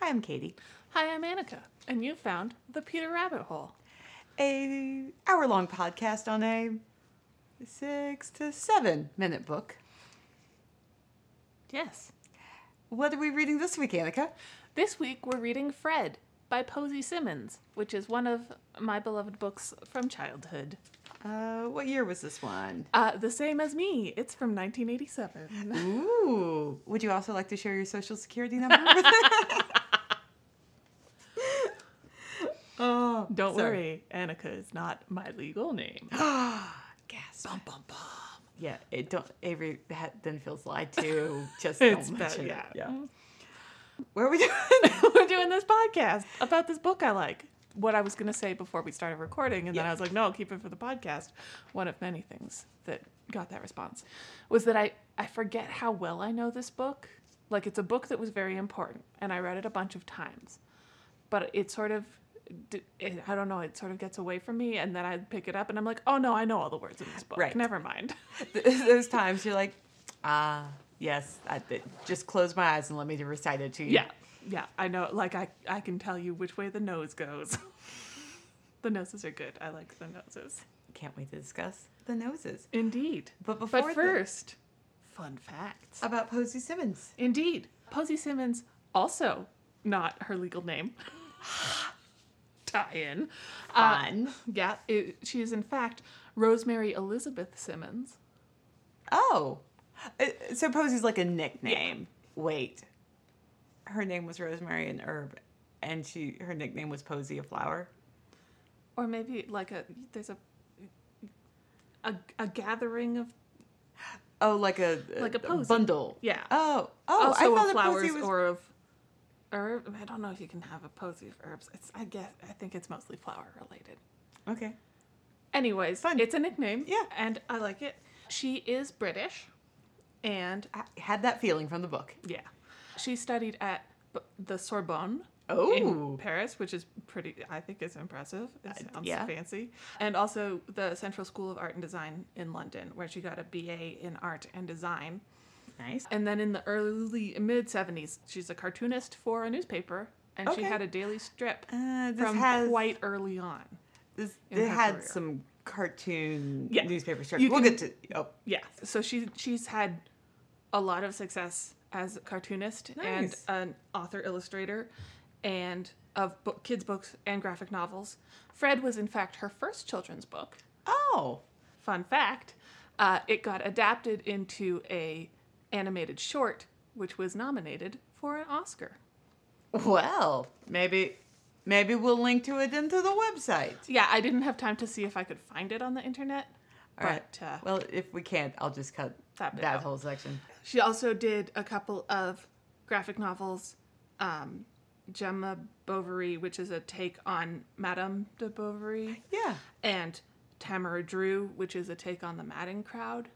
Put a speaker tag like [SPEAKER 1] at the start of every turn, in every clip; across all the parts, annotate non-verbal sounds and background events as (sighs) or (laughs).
[SPEAKER 1] Hi, I'm Katie.
[SPEAKER 2] Hi, I'm Annika, and you found the Peter Rabbit Hole.
[SPEAKER 1] A hour-long podcast on a 6 to 7 minute book.
[SPEAKER 2] Yes.
[SPEAKER 1] What are we reading this week, Annika?
[SPEAKER 2] This week we're reading Fred by Posey Simmons, which is one of my beloved books from childhood.
[SPEAKER 1] Uh, what year was this one?
[SPEAKER 2] Uh, the same as me, it's from
[SPEAKER 1] (laughs)
[SPEAKER 2] 1987.
[SPEAKER 1] Ooh. Would you also like to share your social security number? oh,
[SPEAKER 2] Don't
[SPEAKER 1] sorry.
[SPEAKER 2] worry, Annika is not my legal name.
[SPEAKER 1] Gasp. Bum bum bum. Yeah, it don't Avery ha- then feels lied
[SPEAKER 2] (laughs)
[SPEAKER 1] to. Just
[SPEAKER 2] It's
[SPEAKER 1] don't
[SPEAKER 2] bad,
[SPEAKER 1] mention it.
[SPEAKER 2] yeah.
[SPEAKER 1] Where are we doing? (laughs)
[SPEAKER 2] (laughs) we're doing this podcast about this book I like. What I was going to say before we started recording, and then
[SPEAKER 1] Yeah.
[SPEAKER 2] I was like, no, I'll keep it for the podcast. One of many things that got that response was that I, I forget how well I know this book. Like, it's a book that was very important, and I read it a bunch of times. But it sort of, d- it, I don't know, it sort of gets away from me, and then I pick it up and I'm like, oh no, I know all the words in this book.
[SPEAKER 1] Right.
[SPEAKER 2] Never mind.
[SPEAKER 1] Those times you're like, ah, yes. I, th- just close my eyes and let me recite it to you.
[SPEAKER 2] Yeah. Yeah. I know like I I can tell you which way the nose goes. (laughs) the noses are good. I like the noses.
[SPEAKER 1] Can't wait to discuss the noses.
[SPEAKER 2] Indeed.
[SPEAKER 1] But before
[SPEAKER 2] But
[SPEAKER 1] that-
[SPEAKER 2] first, fun facts.
[SPEAKER 1] about Posey Simmons.
[SPEAKER 2] Indeed. Posey Simmons also not her legal name. (laughs) Tie in. Uh,
[SPEAKER 1] Fun.
[SPEAKER 2] yeah, it, she is in fact Rosemary Elizabeth Simmons.
[SPEAKER 1] oh, Uh, so Posey's like a nickname. Wait, her name was Rosemary and Herb, and she her nickname was Posey a flower.
[SPEAKER 2] Or maybe like a there's a a, a gathering of
[SPEAKER 1] Oh, like a
[SPEAKER 2] Like a posy.
[SPEAKER 1] bundle.
[SPEAKER 2] yeah.
[SPEAKER 1] Oh, oh,
[SPEAKER 2] also
[SPEAKER 1] I thought
[SPEAKER 2] of
[SPEAKER 1] a
[SPEAKER 2] flowers
[SPEAKER 1] posy was.
[SPEAKER 2] or of herb. I don't know if you can have a posy of herbs. It's, I guess I think it's mostly flower related.
[SPEAKER 1] okay,
[SPEAKER 2] Anyways,
[SPEAKER 1] Fun.
[SPEAKER 2] it's a nickname.
[SPEAKER 1] Yeah.
[SPEAKER 2] and I like it. She is British, and
[SPEAKER 1] I had that feeling from the book.
[SPEAKER 2] yeah, she studied at b- the Sorbonne.
[SPEAKER 1] Oh,
[SPEAKER 2] In Paris, which is pretty, I think is impressive. It sounds
[SPEAKER 1] yeah.
[SPEAKER 2] fancy. And also the Central School of Art and Design in London, where she got a BA in art and design.
[SPEAKER 1] nice.
[SPEAKER 2] And then in the early mid 70s, she's a cartoonist for a newspaper and
[SPEAKER 1] Okay.
[SPEAKER 2] she had a daily strip
[SPEAKER 1] Uh, this
[SPEAKER 2] from
[SPEAKER 1] has
[SPEAKER 2] quite early on.
[SPEAKER 1] this,
[SPEAKER 2] in
[SPEAKER 1] it
[SPEAKER 2] her
[SPEAKER 1] had
[SPEAKER 2] career.
[SPEAKER 1] some cartoon
[SPEAKER 2] Yeah.
[SPEAKER 1] newspaper strips.
[SPEAKER 2] You
[SPEAKER 1] We'll
[SPEAKER 2] can-
[SPEAKER 1] get to oh
[SPEAKER 2] Yeah. So she she's had a lot of success as a cartoonist
[SPEAKER 1] Nice.
[SPEAKER 2] and an author illustrator and of book, kids books and graphic novels. Fred was in fact her first children's book.
[SPEAKER 1] oh
[SPEAKER 2] Fun fact, uh, it got adapted into a animated short which was nominated for an Oscar.
[SPEAKER 1] well maybe maybe we'll link to it into the website.
[SPEAKER 2] Yeah, I didn't have time to see if I could find it on the internet.
[SPEAKER 1] All right.
[SPEAKER 2] but uh,
[SPEAKER 1] well, if we can't, I'll just cut
[SPEAKER 2] That
[SPEAKER 1] that,
[SPEAKER 2] bit out.
[SPEAKER 1] whole section.
[SPEAKER 2] she also did a couple of graphic novels. Um, Gemma Bovary, which is a take on Madame de Bovary,
[SPEAKER 1] Yeah.
[SPEAKER 2] and Tamara Drew, which is a take on the Madden crowd,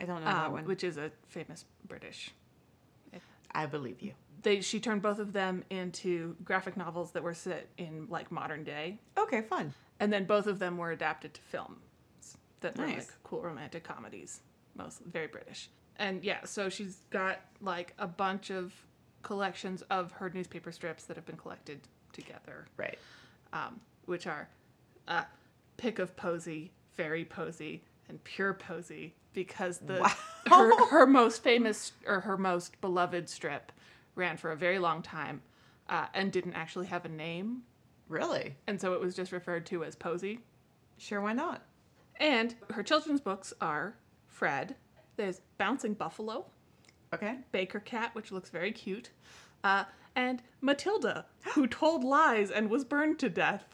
[SPEAKER 1] I don't know that
[SPEAKER 2] um,
[SPEAKER 1] one.
[SPEAKER 2] which is a famous British.
[SPEAKER 1] I believe you.
[SPEAKER 2] They, she turned both of them into graphic novels that were set in like modern day,
[SPEAKER 1] Okay, fun.
[SPEAKER 2] and then both of them were adapted to film that were like
[SPEAKER 1] Nice.
[SPEAKER 2] cool romantic comedies most very british and yeah so she's got like a bunch of collections of her newspaper strips that have been collected together
[SPEAKER 1] Right.
[SPEAKER 2] um, which are uh, pick of posy fairy posy and pure posy because the
[SPEAKER 1] Wow.
[SPEAKER 2] her, her most famous or her most beloved strip ran for a very long time uh, and didn't actually have a name
[SPEAKER 1] Really?
[SPEAKER 2] and so it was just referred to as posy
[SPEAKER 1] Sure, why not?
[SPEAKER 2] and her children's books are Fred, there's Bouncing Buffalo,
[SPEAKER 1] Okay.
[SPEAKER 2] Baker Cat, which looks very cute, uh, and Matilda, who told lies and was burned to death.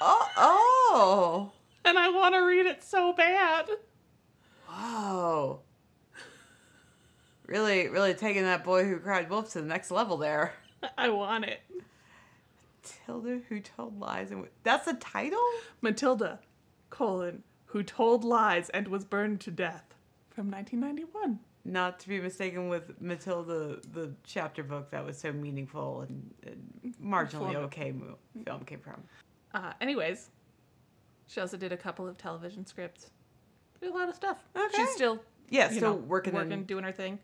[SPEAKER 1] Oh, oh.
[SPEAKER 2] And I want to read it so bad.
[SPEAKER 1] Wow. Oh. Really, really taking that boy who cried wolf to the next level there.
[SPEAKER 2] I want it.
[SPEAKER 1] Tilda who told lies and w- that's the title?
[SPEAKER 2] Matilda, colon, who told lies and was burned to death from 1991.
[SPEAKER 1] Not to be mistaken with Matilda, the chapter book that was so meaningful and, and marginally
[SPEAKER 2] Informative.
[SPEAKER 1] okay mo- film came from.
[SPEAKER 2] Uh, anyways, she also did a couple of television scripts. Did a lot of stuff.
[SPEAKER 1] Okay.
[SPEAKER 2] She's still
[SPEAKER 1] Yeah,
[SPEAKER 2] you
[SPEAKER 1] still
[SPEAKER 2] know,
[SPEAKER 1] working,
[SPEAKER 2] working
[SPEAKER 1] in
[SPEAKER 2] doing her thing.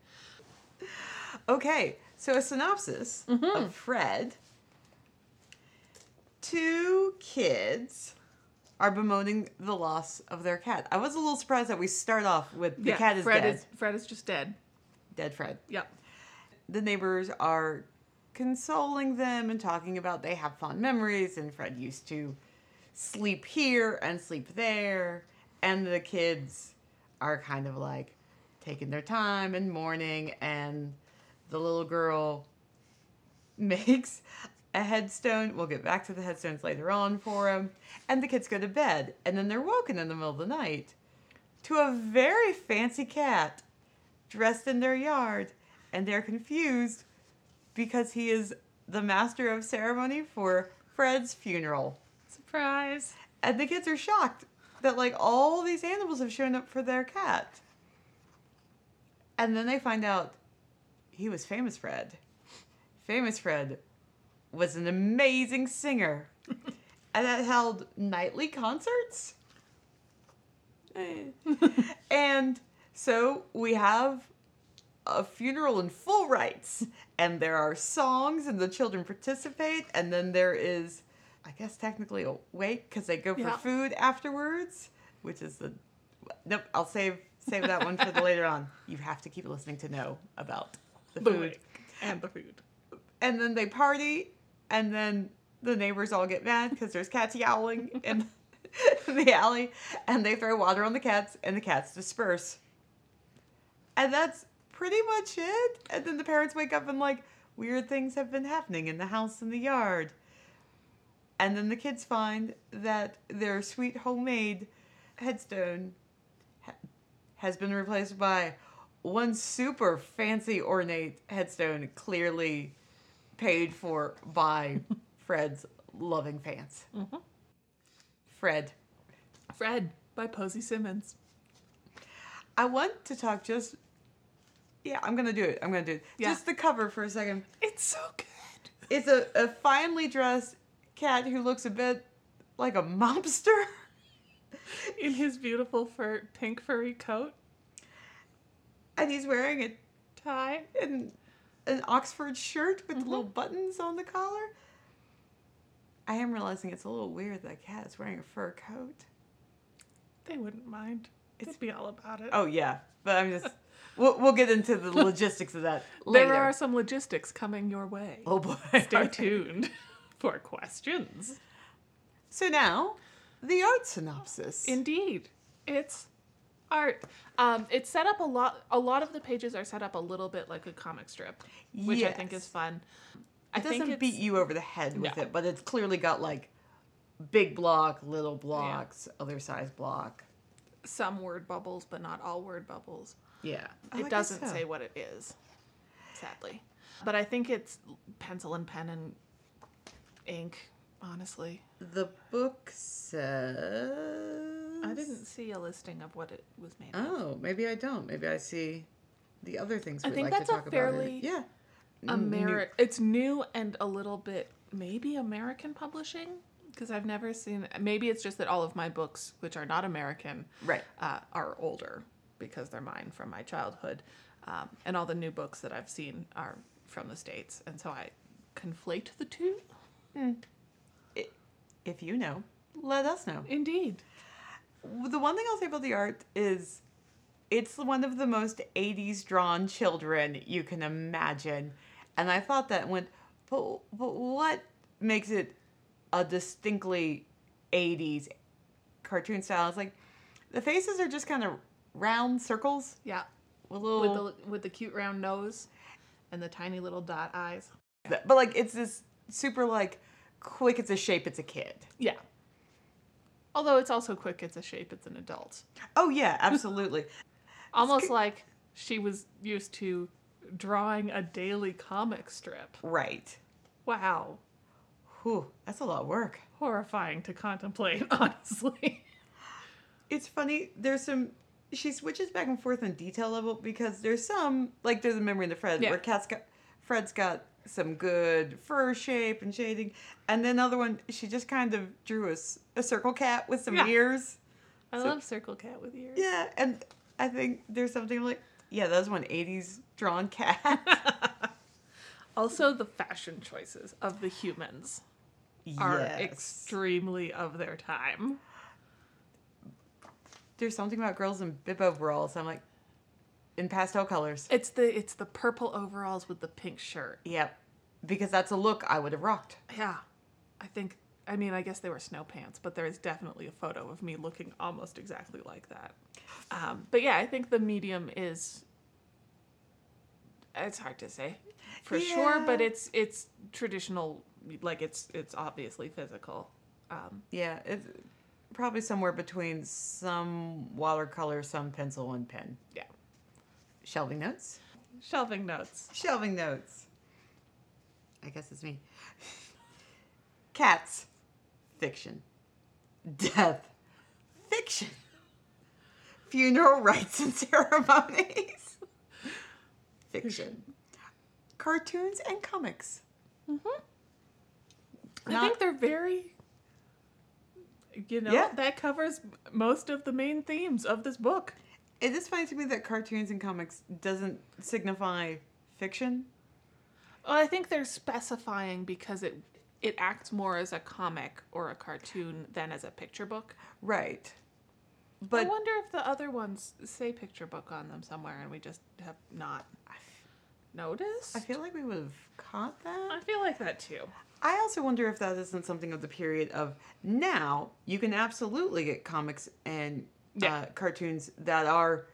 [SPEAKER 1] Okay, So a synopsis
[SPEAKER 2] Mm-hmm.
[SPEAKER 1] of Fred. Two kids are bemoaning the loss of their cat. I was a little surprised that we start off with the
[SPEAKER 2] Yeah,
[SPEAKER 1] cat is
[SPEAKER 2] Fred
[SPEAKER 1] dead.
[SPEAKER 2] Is, Fred is just dead.
[SPEAKER 1] Dead Fred.
[SPEAKER 2] Yep.
[SPEAKER 1] The neighbors are consoling them and talking about they have fond memories and Fred used to sleep here and sleep there. And the kids are kind of like taking their time and mourning. And the little girl (laughs) makes a headstone. We'll get back to the headstones later on for him. And the kids go to bed. And then they're woken in the middle of the night to a very fancy cat dressed in their yard. And they're confused because he is the master of ceremony for Fred's funeral. (laughs)
[SPEAKER 2] Surprise.
[SPEAKER 1] And the kids are shocked that like all these animals have shown up for their cat. And then they find out he was famous Fred. Famous Fred was an amazing singer and that held nightly concerts. and so we have a funeral in full rites and there are songs and the children participate and then there is i guess technically a wake because they go for
[SPEAKER 2] Yeah.
[SPEAKER 1] food afterwards which is the nope i'll save save that one for the later on you have to keep listening to know about the
[SPEAKER 2] The
[SPEAKER 1] food
[SPEAKER 2] wig and the food.
[SPEAKER 1] and then they party and then the neighbors all get mad because there's cats yowling in (laughs) the alley and they throw water on the cats and the cats disperse and that's pretty much it and then the parents wake up and like weird things have been happening in the house and the yard and then the kids find that their sweet homemade headstone ha- has been replaced by one super fancy ornate headstone clearly paid for
[SPEAKER 2] (laughs)
[SPEAKER 1] by Fred's loving fans.
[SPEAKER 2] Mm-hmm.
[SPEAKER 1] Fred,
[SPEAKER 2] Fred by Posey Simmons.
[SPEAKER 1] I want to talk just. Yeah, I'm gonna do it. I'm gonna do it.
[SPEAKER 2] Yeah.
[SPEAKER 1] Just the cover for a second.
[SPEAKER 2] It's so good.
[SPEAKER 1] It's a, a finely dressed cat who looks a bit like a mobster. (laughs)
[SPEAKER 2] In his beautiful fur, pink furry coat,
[SPEAKER 1] And he's wearing a
[SPEAKER 2] tie.
[SPEAKER 1] an, an Oxford shirt with
[SPEAKER 2] Mm-hmm.
[SPEAKER 1] little buttons on the collar. I am realizing it's a little weird that a cat is wearing a fur coat.
[SPEAKER 2] They wouldn't mind. It'd be all about it.
[SPEAKER 1] Oh yeah, but I'm
[SPEAKER 2] (laughs)
[SPEAKER 1] just we'll, we'll get into the logistics of that later.
[SPEAKER 2] there are some logistics coming your way.
[SPEAKER 1] oh boy,
[SPEAKER 2] (laughs) Stay tuned (laughs) for questions.
[SPEAKER 1] So now, the art synopsis.
[SPEAKER 2] Indeed, it's art. Um, it's set up a lot. A lot of the pages are set up a little bit like a comic strip, which I think
[SPEAKER 1] Yes.
[SPEAKER 2] is fun. I
[SPEAKER 1] it doesn't
[SPEAKER 2] think
[SPEAKER 1] beat
[SPEAKER 2] it's,
[SPEAKER 1] you over the head with
[SPEAKER 2] No.
[SPEAKER 1] it, but it's clearly got like big block, little blocks, other size block.
[SPEAKER 2] some word bubbles, but not all word bubbles.
[SPEAKER 1] Yeah, Oh, I guess
[SPEAKER 2] it doesn't
[SPEAKER 1] so.
[SPEAKER 2] say what it is, sadly. But I think it's pencil and pen and ink. Honestly,
[SPEAKER 1] The book says
[SPEAKER 2] I didn't see a listing of what it was made. of.
[SPEAKER 1] Oh, maybe I don't. Maybe I see the other things
[SPEAKER 2] I
[SPEAKER 1] we
[SPEAKER 2] think
[SPEAKER 1] like
[SPEAKER 2] that's
[SPEAKER 1] to
[SPEAKER 2] a
[SPEAKER 1] talk about.
[SPEAKER 2] fairly
[SPEAKER 1] It. Yeah.
[SPEAKER 2] Ameri- It's new and a little bit maybe American publishing because I've never seen. Maybe it's just that all of my books, which are not American,
[SPEAKER 1] Right.
[SPEAKER 2] uh, are older because they're mine from my childhood, um, and all the new books that I've seen are from the states, and so I conflate the two.
[SPEAKER 1] I- If you know, let us know.
[SPEAKER 2] Indeed,
[SPEAKER 1] The one thing I'll say about the art is it's one of the most 80s drawn children you can imagine. And I thought that went, but, but what makes it a distinctly 80s cartoon style? It's like the faces are just kind of round circles
[SPEAKER 2] yeah,
[SPEAKER 1] with little.
[SPEAKER 2] with the with the cute round nose and the tiny little dot eyes.
[SPEAKER 1] Th- But like it's this super like quick. It's a shape. It's a kid.
[SPEAKER 2] Yeah. Although it's also quick, it's a shape, it's an adult.
[SPEAKER 1] Oh yeah, absolutely.
[SPEAKER 2] Almost like she was used to drawing a daily comic strip.
[SPEAKER 1] (laughs) right.
[SPEAKER 2] Wow.
[SPEAKER 1] Whew, that's a lot of work.
[SPEAKER 2] Horrifying to contemplate, (laughs) honestly.
[SPEAKER 1] It's funny. There's some. She switches back and forth on detail level because there's some like there's a memory in the Fred
[SPEAKER 2] Yeah.
[SPEAKER 1] where Cat's got Fred's got some good fur shape and shading, and then another one she just kind of drew a, s- a circle cat with some
[SPEAKER 2] Yeah.
[SPEAKER 1] ears.
[SPEAKER 2] I love Circle Cat with ears.
[SPEAKER 1] Yeah, and
[SPEAKER 2] (laughs)
[SPEAKER 1] I think there's something like yeah, that was one '80s drawn cat.
[SPEAKER 2] Also, the fashion choices of the humans are extremely of their time.
[SPEAKER 1] There's something about girls in bib overalls. I'm like, in pastel colors.
[SPEAKER 2] It's the it's the purple overalls with the pink shirt.
[SPEAKER 1] Yep. Because that's a look I would have rocked.
[SPEAKER 2] Yeah. I think I mean, I guess they were snow pants, but there is definitely a photo of me looking almost exactly like that. Um, but yeah, I think the medium is it's hard to say for sure,
[SPEAKER 1] Yeah.
[SPEAKER 2] but it's it's traditional like it's it's obviously physical. Um,
[SPEAKER 1] Yeah, it's probably somewhere between some watercolor, some pencil, and pen.
[SPEAKER 2] yeah.
[SPEAKER 1] Shelving notes?
[SPEAKER 2] Shelving notes.
[SPEAKER 1] Shelving notes. I guess it's me. (laughs) Cats. Fiction. Death. Fiction. Funeral rites and (laughs) ceremonies. Fiction. Cartoons and comics. Mm-hmm.
[SPEAKER 2] I
[SPEAKER 1] Not-
[SPEAKER 2] think they're very you know,
[SPEAKER 1] Yeah.
[SPEAKER 2] that covers most of the main themes of this book.
[SPEAKER 1] It is funny to me that cartoons and comics doesn't signify fiction.
[SPEAKER 2] Well, I think they're specifying because it it acts more as a comic or a cartoon than as a picture book.
[SPEAKER 1] Right.
[SPEAKER 2] But
[SPEAKER 1] But
[SPEAKER 2] I wonder if the other ones say picture book on them somewhere and we just have not noticed.
[SPEAKER 1] I feel like we would have caught that.
[SPEAKER 2] I feel like that too.
[SPEAKER 1] I also wonder if that isn't something of the period of now you can absolutely get comics and uh,
[SPEAKER 2] Yeah.
[SPEAKER 1] cartoons that are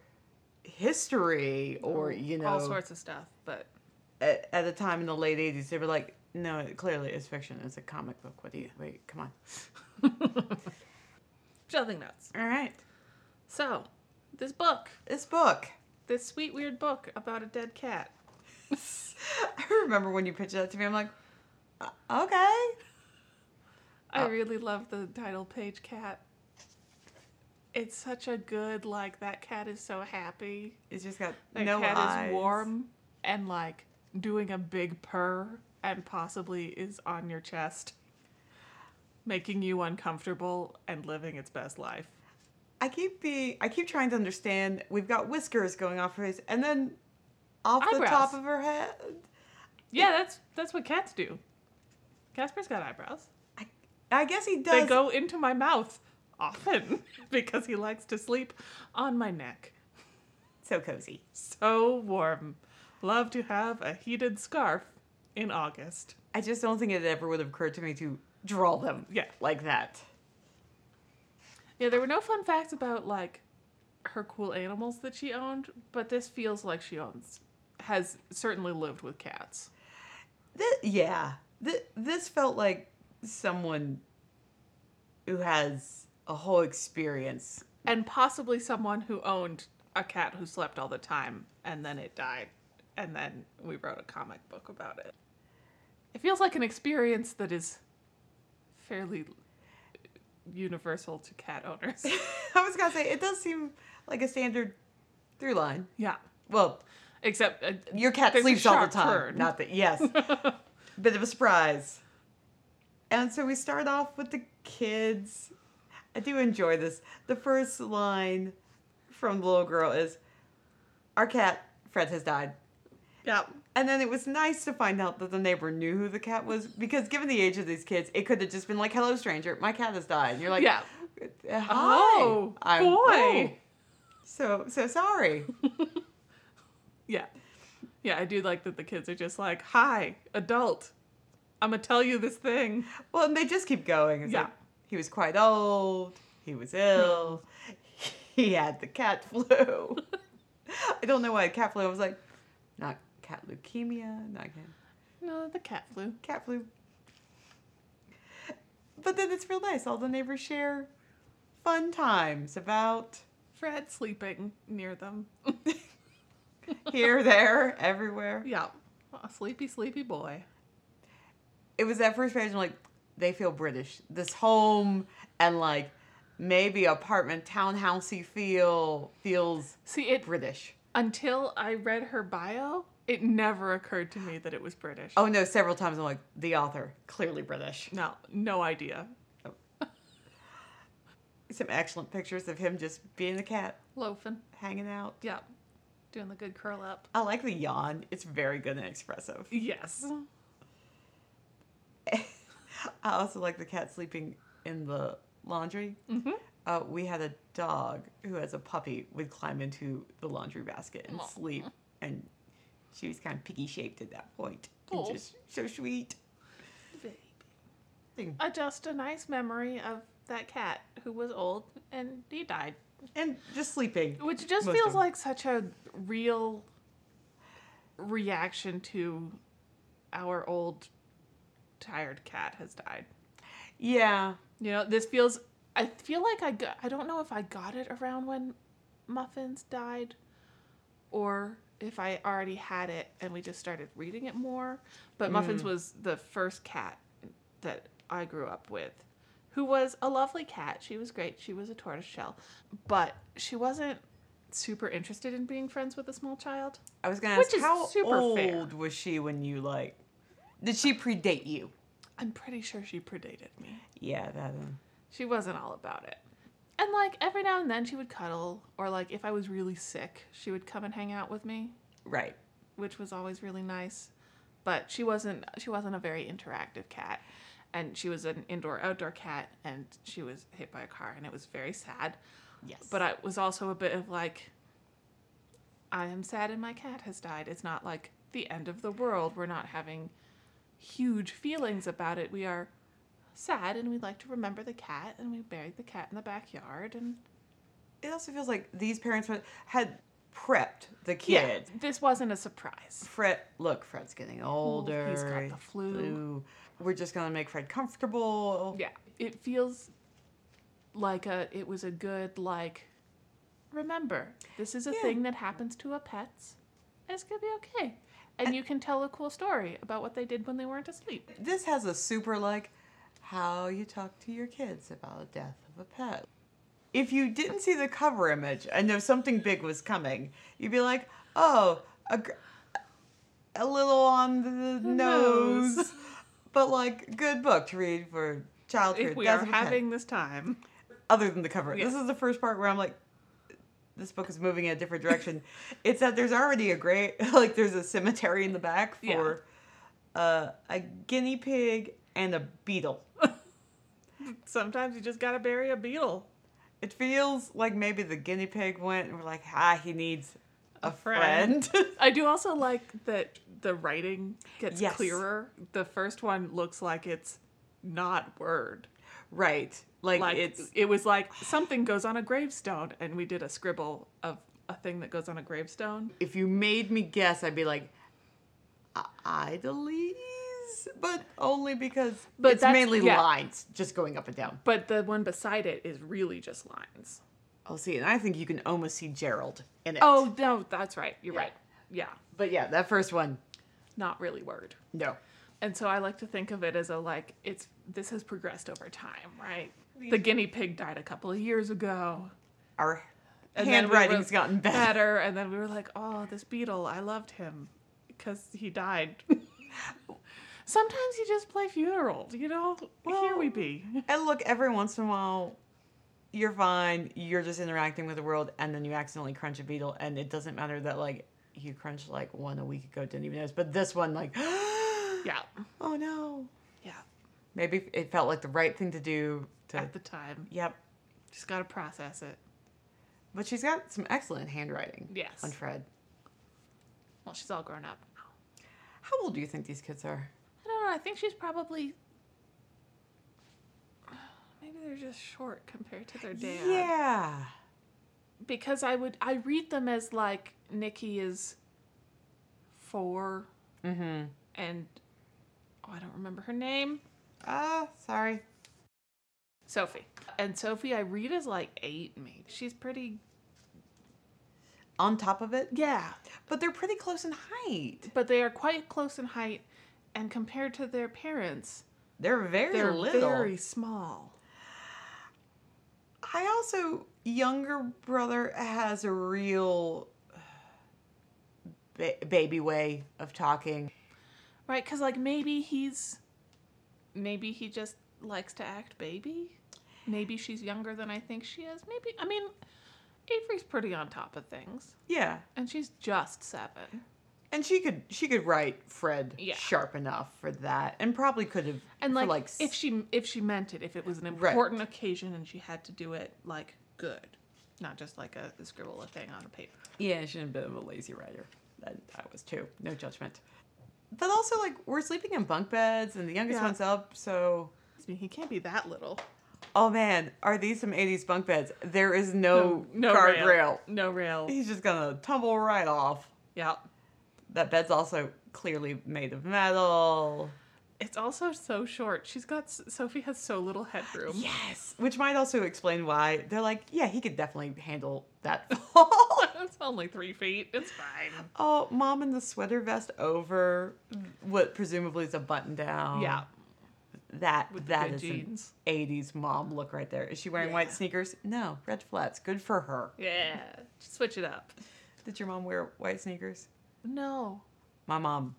[SPEAKER 1] history or, you know,
[SPEAKER 2] Oh, all sorts of stuff, but (laughs)
[SPEAKER 1] At, at the time in the late 80s, they were like, no, it clearly is fiction. It's a comic book. What do you, wait, come on.
[SPEAKER 2] shelving notes.
[SPEAKER 1] All right.
[SPEAKER 2] So, this book,
[SPEAKER 1] This book.
[SPEAKER 2] this sweet weird book about a dead cat.
[SPEAKER 1] (laughs) I remember when you pitched that to me, I'm like, "Uh, okay.
[SPEAKER 2] I
[SPEAKER 1] Uh,
[SPEAKER 2] really love the title page cat. It's such a good like that cat is so happy.
[SPEAKER 1] It's just got
[SPEAKER 2] That
[SPEAKER 1] no
[SPEAKER 2] cat
[SPEAKER 1] eyes.
[SPEAKER 2] is warm and like doing a big purr and possibly is on your chest, making you uncomfortable and living its best life.
[SPEAKER 1] I keep being I keep trying to understand. We've got whiskers going off her face, and then off the
[SPEAKER 2] Eyebrows.
[SPEAKER 1] top of her head.
[SPEAKER 2] Yeah, that's that's what cats do. Casper's got eyebrows.
[SPEAKER 1] I, I guess he does.
[SPEAKER 2] They go into my mouth often (laughs) because he likes to sleep on my neck.
[SPEAKER 1] so cozy.
[SPEAKER 2] So warm. Love to have a heated scarf in August.
[SPEAKER 1] I just don't think it ever would have occurred to me to draw them.
[SPEAKER 2] Yeah.
[SPEAKER 1] like that.
[SPEAKER 2] Yeah, there were no fun facts about like her cool animals that she owned, but this feels like she owns has certainly lived with cats.
[SPEAKER 1] Th- yeah. Th- this felt like someone who has a whole experience.
[SPEAKER 2] And possibly someone who owned a cat who slept all the time and then it died and then we wrote a comic book about it. It feels like an experience that is fairly universal to cat owners. (laughs)
[SPEAKER 1] (laughs) I was gonna say it does seem like a standard through line.
[SPEAKER 2] yeah.
[SPEAKER 1] Well,
[SPEAKER 2] Except uh,
[SPEAKER 1] Your cat
[SPEAKER 2] There's a
[SPEAKER 1] sleeps all the
[SPEAKER 2] sharp
[SPEAKER 1] time.
[SPEAKER 2] turn.
[SPEAKER 1] Not that,
[SPEAKER 2] (laughs)
[SPEAKER 1] yes. Bit of a surprise. And so we start off with the kids. I do enjoy this. The first line from the little girl is Our cat, Fred, has died.
[SPEAKER 2] yeah.
[SPEAKER 1] And then it was nice to find out that the neighbor knew who the cat was because, given the age of these kids, it could have just been like, "Hello, stranger, my cat has died." And you're like,
[SPEAKER 2] Yeah.
[SPEAKER 1] Uh, hi,
[SPEAKER 2] Oh,
[SPEAKER 1] I'm-
[SPEAKER 2] boy."
[SPEAKER 1] oh, so so
[SPEAKER 2] (laughs)
[SPEAKER 1] sorry."
[SPEAKER 2] Yeah. Yeah, I do like that the kids are just like, hi, adult. I'm going to tell you this thing.
[SPEAKER 1] Well, and they just keep going. It's
[SPEAKER 2] Yeah.
[SPEAKER 1] like, he was quite old. He was ill. (laughs) He had the cat flu. (laughs) I don't know why cat flu. I was like, not cat leukemia, not cat,
[SPEAKER 2] No, the cat flew.
[SPEAKER 1] cat flu. But then it's real nice. All the neighbors share fun times about
[SPEAKER 2] Fred sleeping near (laughs) them.
[SPEAKER 1] here, (laughs) there, everywhere.
[SPEAKER 2] yeah. A sleepy, sleepy boy.
[SPEAKER 1] It was that first page. I'm like, they feel British. This home and like maybe apartment townhousey feel feels
[SPEAKER 2] See, it
[SPEAKER 1] British.
[SPEAKER 2] until I read her bio, it never occurred to me that it was British.
[SPEAKER 1] Oh no, several times I'm like, the author, clearly British.
[SPEAKER 2] No, no idea.
[SPEAKER 1] Some excellent pictures of him just being a cat,
[SPEAKER 2] Loafing.
[SPEAKER 1] hanging out.
[SPEAKER 2] Yeah. doing the good curl up.
[SPEAKER 1] I like the yawn. It's very good and expressive.
[SPEAKER 2] Yes.
[SPEAKER 1] I also like the cat sleeping in the laundry.
[SPEAKER 2] Mm-hmm.
[SPEAKER 1] Uh, we had a dog who, as a puppy, would climb into the laundry basket and
[SPEAKER 2] Aw.
[SPEAKER 1] sleep, and she was kind of piggy shaped at that point.
[SPEAKER 2] Aw.
[SPEAKER 1] And just so sweet. Thing.
[SPEAKER 2] Uh, just a nice memory of that cat who was old and he died,
[SPEAKER 1] And just sleeping.
[SPEAKER 2] which just
[SPEAKER 1] Most
[SPEAKER 2] feels
[SPEAKER 1] of-
[SPEAKER 2] like such a real reaction to our old tired cat has died.
[SPEAKER 1] Yeah.
[SPEAKER 2] You know, this feels. I feel like I got. I don't know if I got it around when Muffins died, or if I already had it and we just started reading it more. But Muffins was the first cat that I grew up with, who was a lovely cat. She was great. She was a tortoiseshell, but she wasn't super interested in being friends with a small child.
[SPEAKER 1] I was going to
[SPEAKER 2] Which
[SPEAKER 1] ask,
[SPEAKER 2] is
[SPEAKER 1] how
[SPEAKER 2] super
[SPEAKER 1] old
[SPEAKER 2] fair.
[SPEAKER 1] was she when you, like, did she predate you?
[SPEAKER 2] I'm pretty sure she predated me.
[SPEAKER 1] Yeah, that. Um,
[SPEAKER 2] She wasn't all about it. And like every now and then she would cuddle, or like if I was really sick, she would come and hang out with me,
[SPEAKER 1] right.
[SPEAKER 2] which was always really nice. But she wasn't she wasn't a very interactive cat. And she was an indoor outdoor cat and she was hit by a car and it was very sad.
[SPEAKER 1] Yes.
[SPEAKER 2] But I was also a bit of like I am sad and my cat has died. It's not like the end of the world. We're not having huge feelings about it. We are sad and we like to remember the cat and we buried the cat in the backyard and
[SPEAKER 1] it also feels like these parents were- had prepped the
[SPEAKER 2] yeah,
[SPEAKER 1] kids.
[SPEAKER 2] this wasn't a surprise.
[SPEAKER 1] Fred, look, Fred's getting older.
[SPEAKER 2] he's got the flu.
[SPEAKER 1] We're just gonna make Fred comfortable.
[SPEAKER 2] Yeah. It feels like a it was a good like remember, this is a
[SPEAKER 1] Yeah.
[SPEAKER 2] thing that happens to a pets. and It's gonna be okay. And you can tell a cool story about what they did when they weren't asleep.
[SPEAKER 1] This has a super like how you talk to your kids about the death of a pet. If you didn't see the cover image and know something big was coming, you'd be like, oh, a, gr- a little on the, nose.
[SPEAKER 2] nose.
[SPEAKER 1] but like good book to read for childhood.
[SPEAKER 2] if we
[SPEAKER 1] death
[SPEAKER 2] are
[SPEAKER 1] of a pet.
[SPEAKER 2] having this time.
[SPEAKER 1] other than the cover.
[SPEAKER 2] Yeah.
[SPEAKER 1] This is the first part where I'm like, this book is moving in a different direction. (laughs) it's that there's already a great, (laughs) like, there's a cemetery in the back
[SPEAKER 2] Yeah.
[SPEAKER 1] for uh, a guinea pig and a beetle.
[SPEAKER 2] Sometimes you just gotta bury a beetle.
[SPEAKER 1] It feels like maybe the guinea pig went and we're like, ah, he needs a, friend. (laughs)
[SPEAKER 2] I do also like that the writing gets
[SPEAKER 1] Yes.
[SPEAKER 2] clearer. The first one looks like it's not word.
[SPEAKER 1] right. Like,
[SPEAKER 2] Like
[SPEAKER 1] it's,
[SPEAKER 2] it was like something goes on a gravestone and we did a scribble of a thing that goes on a gravestone.
[SPEAKER 1] if you made me guess, I'd be like, Idolies? But only because
[SPEAKER 2] But
[SPEAKER 1] it's
[SPEAKER 2] that's-
[SPEAKER 1] mainly
[SPEAKER 2] yeah.
[SPEAKER 1] lines just going up and down.
[SPEAKER 2] But the one beside it is really just lines.
[SPEAKER 1] Oh, see, and I think you can almost see Gerald in it.
[SPEAKER 2] Oh no, that's right. You're
[SPEAKER 1] Yeah.
[SPEAKER 2] right. Yeah.
[SPEAKER 1] but yeah, that first one,
[SPEAKER 2] Not really word.
[SPEAKER 1] no.
[SPEAKER 2] And so I like to think of it as a like it's this has progressed over time, right? The guinea pig died a couple of years ago.
[SPEAKER 1] Our
[SPEAKER 2] And then we wrote
[SPEAKER 1] handwriting's gotten better.
[SPEAKER 2] Better, and then we were like, "Oh, this beetle, I loved him because he (laughs) died." Sometimes you just play funeral, you know. Here we
[SPEAKER 1] Well-
[SPEAKER 2] be.
[SPEAKER 1] And look, every once in a while, you're fine. You're just interacting with the world, and then you accidentally crunch a beetle, and it doesn't matter that like you crunched like one a week ago, didn't even notice. But this one, like, (gasps) oh
[SPEAKER 2] Yeah,
[SPEAKER 1] no,
[SPEAKER 2] yeah.
[SPEAKER 1] maybe it felt like the right thing to do. To
[SPEAKER 2] At the time,
[SPEAKER 1] yep.
[SPEAKER 2] just gotta process it.
[SPEAKER 1] But she's got some excellent handwriting.
[SPEAKER 2] Yes.
[SPEAKER 1] On Fred,
[SPEAKER 2] Well, she's all grown up now.
[SPEAKER 1] how old do you think these kids are?
[SPEAKER 2] I don't know. I think she's probably. (sighs) Maybe they're just short compared to their dad.
[SPEAKER 1] Yeah.
[SPEAKER 2] Because I would I read them as like Nikki is four
[SPEAKER 1] Mm-hmm.
[SPEAKER 2] and oh I don't remember her name.
[SPEAKER 1] Ah, sorry.
[SPEAKER 2] Sophie. And Sophie I read as like eight maybe. She's pretty
[SPEAKER 1] On top of it,
[SPEAKER 2] Yeah.
[SPEAKER 1] But they're pretty close in height.
[SPEAKER 2] But they are quite close in height and compared to their parents,
[SPEAKER 1] They're very
[SPEAKER 2] they're
[SPEAKER 1] little.
[SPEAKER 2] very small.
[SPEAKER 1] I also younger brother has a real (sighs) ba- baby way of talking.
[SPEAKER 2] Right, because like maybe he's, maybe he just likes to act baby. Maybe she's younger than I think she is. Maybe I mean, Avery's pretty on top of things,
[SPEAKER 1] Yeah.
[SPEAKER 2] and she's just seven.
[SPEAKER 1] And she could she could write Fred
[SPEAKER 2] Yeah.
[SPEAKER 1] sharp enough for that, and probably could have
[SPEAKER 2] And
[SPEAKER 1] for,
[SPEAKER 2] like,
[SPEAKER 1] like s-
[SPEAKER 2] if she if she meant it, if it was an
[SPEAKER 1] Right.
[SPEAKER 2] important occasion and she had to do it, like good, not just like a, scribble a thing on a paper.
[SPEAKER 1] yeah, she'd have been a lazy writer. That I was too. No judgment. But also like we're sleeping in bunk beds, and the youngest
[SPEAKER 2] Yeah.
[SPEAKER 1] one's up, so.
[SPEAKER 2] I mean, he can't be that little.
[SPEAKER 1] Oh man, are these some 80s bunk beds? There is no,
[SPEAKER 2] Oh, rail.
[SPEAKER 1] guardrail.
[SPEAKER 2] No rail.
[SPEAKER 1] He's just gonna tumble right off.
[SPEAKER 2] Yeah.
[SPEAKER 1] That bed's also clearly made of metal.
[SPEAKER 2] It's also so short. She's got S- Sophie has so little headroom.
[SPEAKER 1] Yes, which might also explain why they're like, yeah, he could definitely handle that (laughs) fall.
[SPEAKER 2] (laughs) it's only three feet. It's fine.
[SPEAKER 1] oh, mom in the sweater vest over what presumably is a button down.
[SPEAKER 2] yeah.
[SPEAKER 1] that
[SPEAKER 2] With the
[SPEAKER 1] Oh, that
[SPEAKER 2] good
[SPEAKER 1] is an
[SPEAKER 2] jeans.
[SPEAKER 1] 80s mom look right there. Is she wearing
[SPEAKER 2] Yeah.
[SPEAKER 1] white sneakers? No, red flats. Good for her.
[SPEAKER 2] Yeah. Switch it up.
[SPEAKER 1] Did your mom wear white sneakers?
[SPEAKER 2] No.
[SPEAKER 1] My mom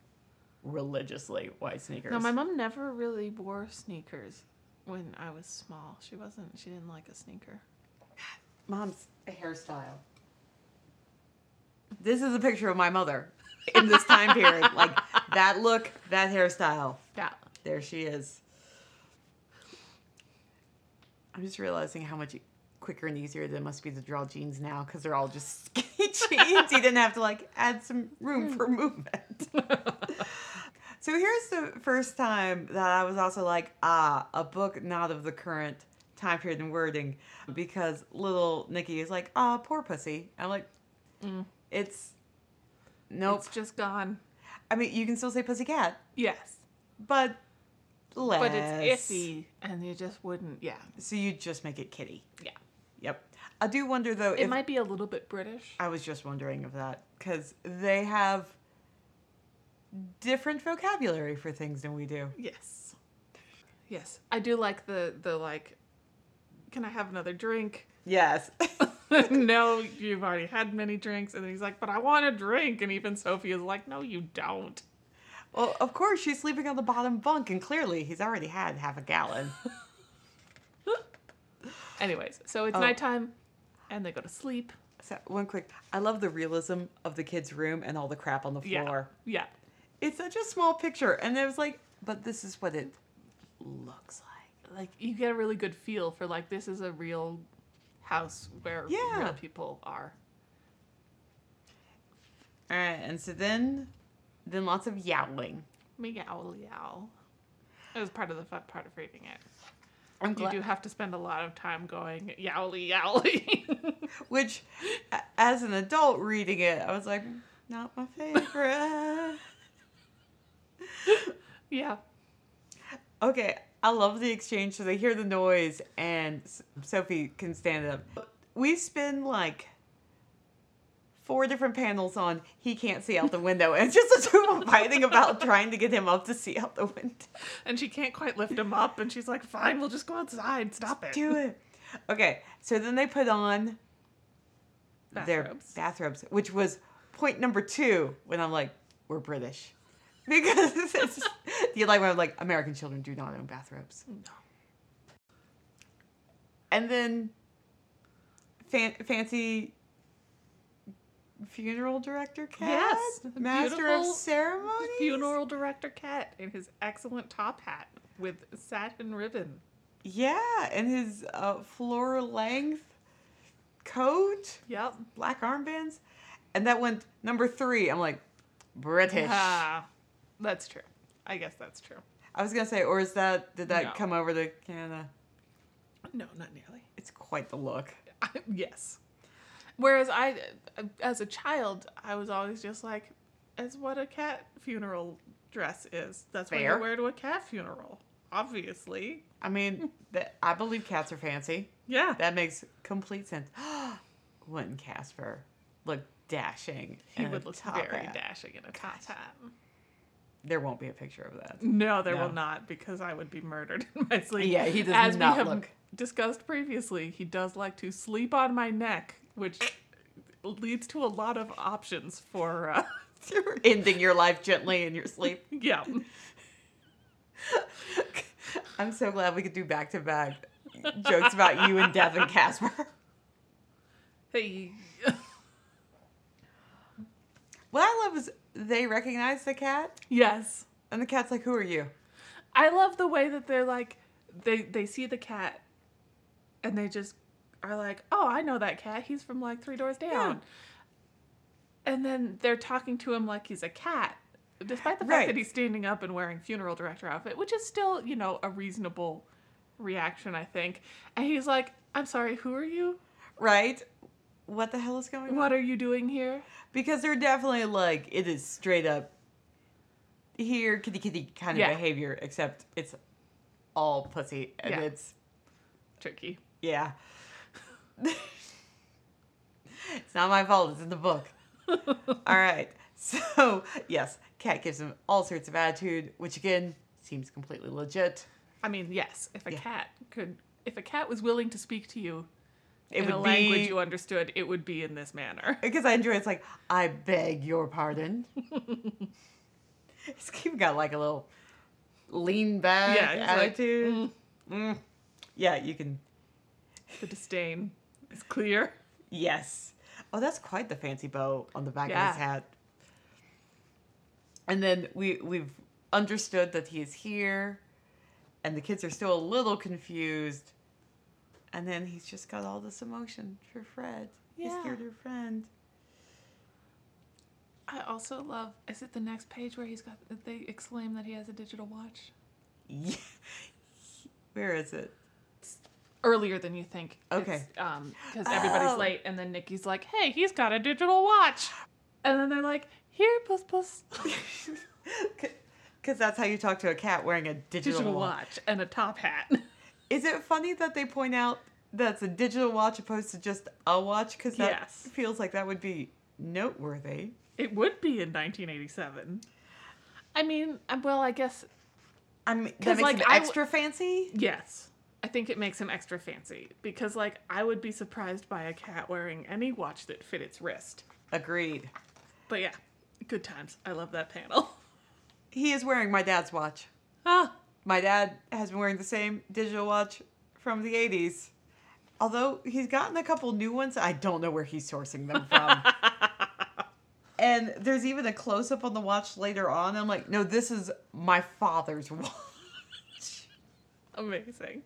[SPEAKER 1] religiously white sneakers.
[SPEAKER 2] No, my mom never really wore sneakers when I was small. She wasn't, she didn't like a sneaker.
[SPEAKER 1] mom's hairstyle. This is a picture of my mother in this time period. Like that look, that hairstyle.
[SPEAKER 2] Yeah.
[SPEAKER 1] There she is. I'm just realizing how much quicker and easier they must be to draw jeans now because they're all just (laughs) skinny jeans. You didn't have to like add some room for
[SPEAKER 2] Hmm.
[SPEAKER 1] movement. (laughs) so here's the first time that I was also like, ah, a book not of the current time period and wording because little Nikki is like, ah, poor pussy. I'm like,
[SPEAKER 2] Mm.
[SPEAKER 1] it's nope.
[SPEAKER 2] It's just gone.
[SPEAKER 1] I mean, you can still say pussycat,
[SPEAKER 2] Yes.
[SPEAKER 1] but less.
[SPEAKER 2] But it's iffy and you just wouldn't, yeah.
[SPEAKER 1] So you just make it kitty.
[SPEAKER 2] Yeah.
[SPEAKER 1] Yep. I do wonder though
[SPEAKER 2] It
[SPEAKER 1] if
[SPEAKER 2] might be a little bit British.
[SPEAKER 1] I was just wondering of that because they have different vocabulary for things than we do.
[SPEAKER 2] Yes. Yes. I do like the, the like, can I have another drink? (laughs)
[SPEAKER 1] Yes.
[SPEAKER 2] no, you've already had many drinks. And then he's like, but I want a drink. And even Sophie is like, no, you don't.
[SPEAKER 1] (laughs) well, of course she's sleeping on the bottom bunk, and clearly he's already had half a gallon.
[SPEAKER 2] Anyways, so it's
[SPEAKER 1] Oh.
[SPEAKER 2] nighttime and they go to sleep.
[SPEAKER 1] (laughs) so one quick, I love the realism of the kid's room and all the crap on the
[SPEAKER 2] Yeah.
[SPEAKER 1] floor.
[SPEAKER 2] Yeah.
[SPEAKER 1] It's such a small picture, and it was like, but this is what it looks like.
[SPEAKER 2] Like you get a really good feel for like this is a real house where
[SPEAKER 1] Yeah.
[SPEAKER 2] real people are.
[SPEAKER 1] All right, and so then, then lots of yowling.
[SPEAKER 2] Meow yowl. It was part of the fun part of reading it.
[SPEAKER 1] I'm
[SPEAKER 2] You do have to spend a lot of time going yowly yowly.
[SPEAKER 1] Which, a- as an adult reading it, I was like, not my
[SPEAKER 2] (laughs)
[SPEAKER 1] favorite.
[SPEAKER 2] (laughs) yeah.
[SPEAKER 1] okay, I love the exchange. So they hear the noise, and S- Sophie can stand up. We spend like four different panels on he can't see out the window, and it's just the two of them fighting about trying to get him up to see out the window.
[SPEAKER 2] And she can't quite lift him up and she's like, Fine, we'll just go outside. Stop it.
[SPEAKER 1] Do it. Okay, so then they put on
[SPEAKER 2] Bathrobes.
[SPEAKER 1] their bathrobes, which was point number two when I'm like, we're British. (laughs) Because it's you like when I'm like, American children do not own bathrobes.
[SPEAKER 2] No.
[SPEAKER 1] And then fan- fancy funeral director cat?
[SPEAKER 2] Yes, the
[SPEAKER 1] Master of
[SPEAKER 2] beautiful
[SPEAKER 1] ceremonies?
[SPEAKER 2] Funeral director Cat in his excellent top hat with satin ribbon.
[SPEAKER 1] Yeah, and his uh, floor length coat.
[SPEAKER 2] Yep.
[SPEAKER 1] black armbands. And that went number three. I'm like, British.
[SPEAKER 2] Ah, that's true. I guess that's true.
[SPEAKER 1] I was gonna say, or is that did that
[SPEAKER 2] No.
[SPEAKER 1] come over to Canada?
[SPEAKER 2] No, not nearly.
[SPEAKER 1] It's quite the look.
[SPEAKER 2] I, (laughs) yes. Whereas I, as a child, I was always just like, "That's what a cat funeral dress is. That's what
[SPEAKER 1] Fair.
[SPEAKER 2] you wear to a cat funeral, obviously."
[SPEAKER 1] I mean, that I believe cats are fancy.
[SPEAKER 2] Yeah.
[SPEAKER 1] That makes complete sense. (gasps) Wouldn't Casper look dashing?
[SPEAKER 2] He
[SPEAKER 1] in a
[SPEAKER 2] would look
[SPEAKER 1] top
[SPEAKER 2] very
[SPEAKER 1] hat?
[SPEAKER 2] dashing in a top hat.
[SPEAKER 1] There won't be a picture of
[SPEAKER 2] (laughs)
[SPEAKER 1] that.
[SPEAKER 2] No, there
[SPEAKER 1] No.
[SPEAKER 2] will not, because I would be murdered (laughs) in my sleep.
[SPEAKER 1] Yeah, he does
[SPEAKER 2] As
[SPEAKER 1] not
[SPEAKER 2] we have
[SPEAKER 1] look-
[SPEAKER 2] discussed previously, he does like to sleep on my neck, which leads to a lot of options for. Uh, (laughs)
[SPEAKER 1] You're ending your life gently in your sleep.
[SPEAKER 2] yeah,
[SPEAKER 1] I'm so glad we could do back to back jokes about you and Dev and Casper.
[SPEAKER 2] Hey.
[SPEAKER 1] (laughs) What I love is they recognize the cat,
[SPEAKER 2] yes.
[SPEAKER 1] and the cat's like, "Who are you?"
[SPEAKER 2] I love the way that they're like they they see the cat and they just are like, "Oh, I know that cat. He's from like 3 doors down." And then they're talking to him like he's a cat, despite the fact
[SPEAKER 1] Right.
[SPEAKER 2] that he's standing up and wearing funeral director outfit, which is still, you know, a reasonable reaction, I think. And he's like, "I'm sorry, who are you?
[SPEAKER 1] Right? What the hell is going on?
[SPEAKER 2] What are you doing here?"
[SPEAKER 1] Because they're definitely like it is straight up here kitty kitty kind of
[SPEAKER 2] Yeah.
[SPEAKER 1] behavior, except it's all pussy and
[SPEAKER 2] Yeah.
[SPEAKER 1] it's
[SPEAKER 2] Tricky.
[SPEAKER 1] yeah. (laughs) it's not my fault. It's in the
[SPEAKER 2] (laughs)
[SPEAKER 1] book. all right. So yes, cat gives him all sorts of attitude, which again seems completely legit.
[SPEAKER 2] I mean, yes, if a
[SPEAKER 1] Yeah.
[SPEAKER 2] cat could if a cat was willing to speak to you
[SPEAKER 1] It
[SPEAKER 2] in
[SPEAKER 1] would
[SPEAKER 2] a
[SPEAKER 1] be
[SPEAKER 2] language you understood, it would be in this manner.
[SPEAKER 1] because I enjoy it. it's like I beg your pardon. He's even got like a little lean back
[SPEAKER 2] Yeah, he's like,
[SPEAKER 1] attitude. Mm. Yeah, you can.
[SPEAKER 2] The disdain is clear.
[SPEAKER 1] Yes. Oh, that's quite the fancy bow on the back of
[SPEAKER 2] Yeah.
[SPEAKER 1] his hat. And then we we've understood that he is here, and the kids are still a little confused. And then he's just got all this emotion for Fred,
[SPEAKER 2] Yeah.
[SPEAKER 1] his dear dear friend. (laughs)
[SPEAKER 2] I also love. Is it the next page where he's got? They exclaim that he has a digital watch
[SPEAKER 1] Yeah. Where is it?
[SPEAKER 2] earlier than you think.
[SPEAKER 1] Okay.
[SPEAKER 2] It's, um, because everybody's
[SPEAKER 1] Oh.
[SPEAKER 2] late, and then Nikki's like, "Hey, he's got a digital watch," and then they're like, "Here, puss puss." (laughs)
[SPEAKER 1] Because that's how you talk to a cat wearing a digital,
[SPEAKER 2] digital
[SPEAKER 1] watch.
[SPEAKER 2] watch and a top hat.
[SPEAKER 1] Is it funny that they point out that's a digital watch opposed to just a watch? Because that
[SPEAKER 2] Yes.
[SPEAKER 1] feels like that would be noteworthy.
[SPEAKER 2] it would be in 1987. I mean, uh, well, I guess
[SPEAKER 1] I mean, that
[SPEAKER 2] 'Cause,
[SPEAKER 1] makes
[SPEAKER 2] like,
[SPEAKER 1] it
[SPEAKER 2] I w-
[SPEAKER 1] extra fancy.
[SPEAKER 2] Yes. I think it makes him extra fancy because, like, I would be surprised by a cat wearing any watch that fit its wrist.
[SPEAKER 1] Agreed.
[SPEAKER 2] But yeah, good times. I love that panel. (laughs)
[SPEAKER 1] He is wearing my dad's watch.
[SPEAKER 2] Ah,
[SPEAKER 1] My dad has been wearing the same digital watch from the 80s. Although he's gotten a couple new ones, I don't know where he's sourcing them from. and there's even a close up on the watch later on. I'm like, no, this is my father's (laughs) watch.
[SPEAKER 2] amazing.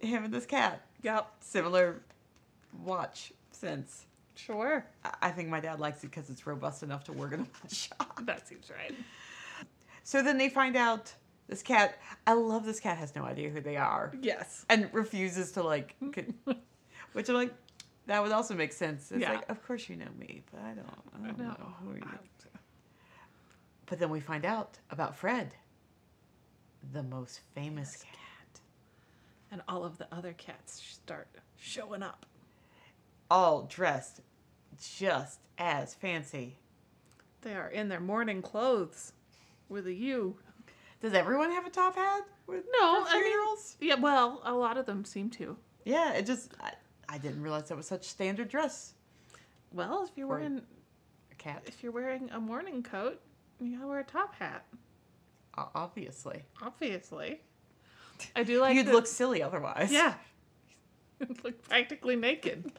[SPEAKER 1] Him and this cat,
[SPEAKER 2] Yep,
[SPEAKER 1] similar watch sense.
[SPEAKER 2] sure.
[SPEAKER 1] I- I think my dad likes it because it's robust enough to work in a (laughs) watch shop.
[SPEAKER 2] That seems right.
[SPEAKER 1] So then they find out this cat. I love this cat has no idea who they are.
[SPEAKER 2] Yes.
[SPEAKER 1] and refuses to like
[SPEAKER 2] (laughs)
[SPEAKER 1] con- which i'm like that would also make sense it's
[SPEAKER 2] Yeah.
[SPEAKER 1] like of course you know me but i don't i don't
[SPEAKER 2] No.
[SPEAKER 1] know who are you
[SPEAKER 2] Um,
[SPEAKER 1] but then we find out about fred the most famous cat
[SPEAKER 2] And all of the other cats start showing up.
[SPEAKER 1] all dressed just as fancy
[SPEAKER 2] They are in their morning clothes with a U.
[SPEAKER 1] does everyone have a top hat with
[SPEAKER 2] No,
[SPEAKER 1] for
[SPEAKER 2] I mean-
[SPEAKER 1] funerals
[SPEAKER 2] Yeah, well, a lot of them seem to.
[SPEAKER 1] yeah it just I, I didn't realize that was such standard dress
[SPEAKER 2] Well, if you're
[SPEAKER 1] Or-
[SPEAKER 2] wearing
[SPEAKER 1] a cat
[SPEAKER 2] if you're wearing a morning coat, you gotta wear a top hat.
[SPEAKER 1] o- obviously
[SPEAKER 2] Obviously. I do like
[SPEAKER 1] you'd
[SPEAKER 2] the-
[SPEAKER 1] look silly otherwise (laughs)
[SPEAKER 2] Yeah. You'd (laughs) look practically naked.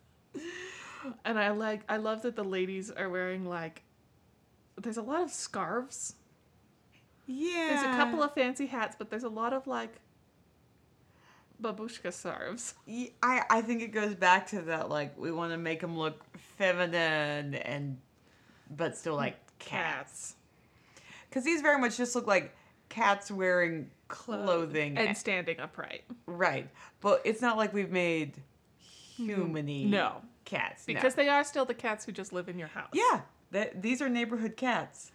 [SPEAKER 2] (laughs) and I like I love that the ladies are wearing like there's a lot of scarves.
[SPEAKER 1] yeah
[SPEAKER 2] There's a couple of fancy hats, but there's a lot of like babushka scarves.
[SPEAKER 1] Y- I, I think it goes back to that like we want to make them look feminine and but still like
[SPEAKER 2] Mm,
[SPEAKER 1] cats because these very much just look like cats wearing clothing
[SPEAKER 2] and standing upright.
[SPEAKER 1] right but it's not like we've made humany
[SPEAKER 2] Mm-hmm. No.
[SPEAKER 1] cats no.
[SPEAKER 2] Because they are still the cats who just live in your house.
[SPEAKER 1] yeah that these are neighborhood cats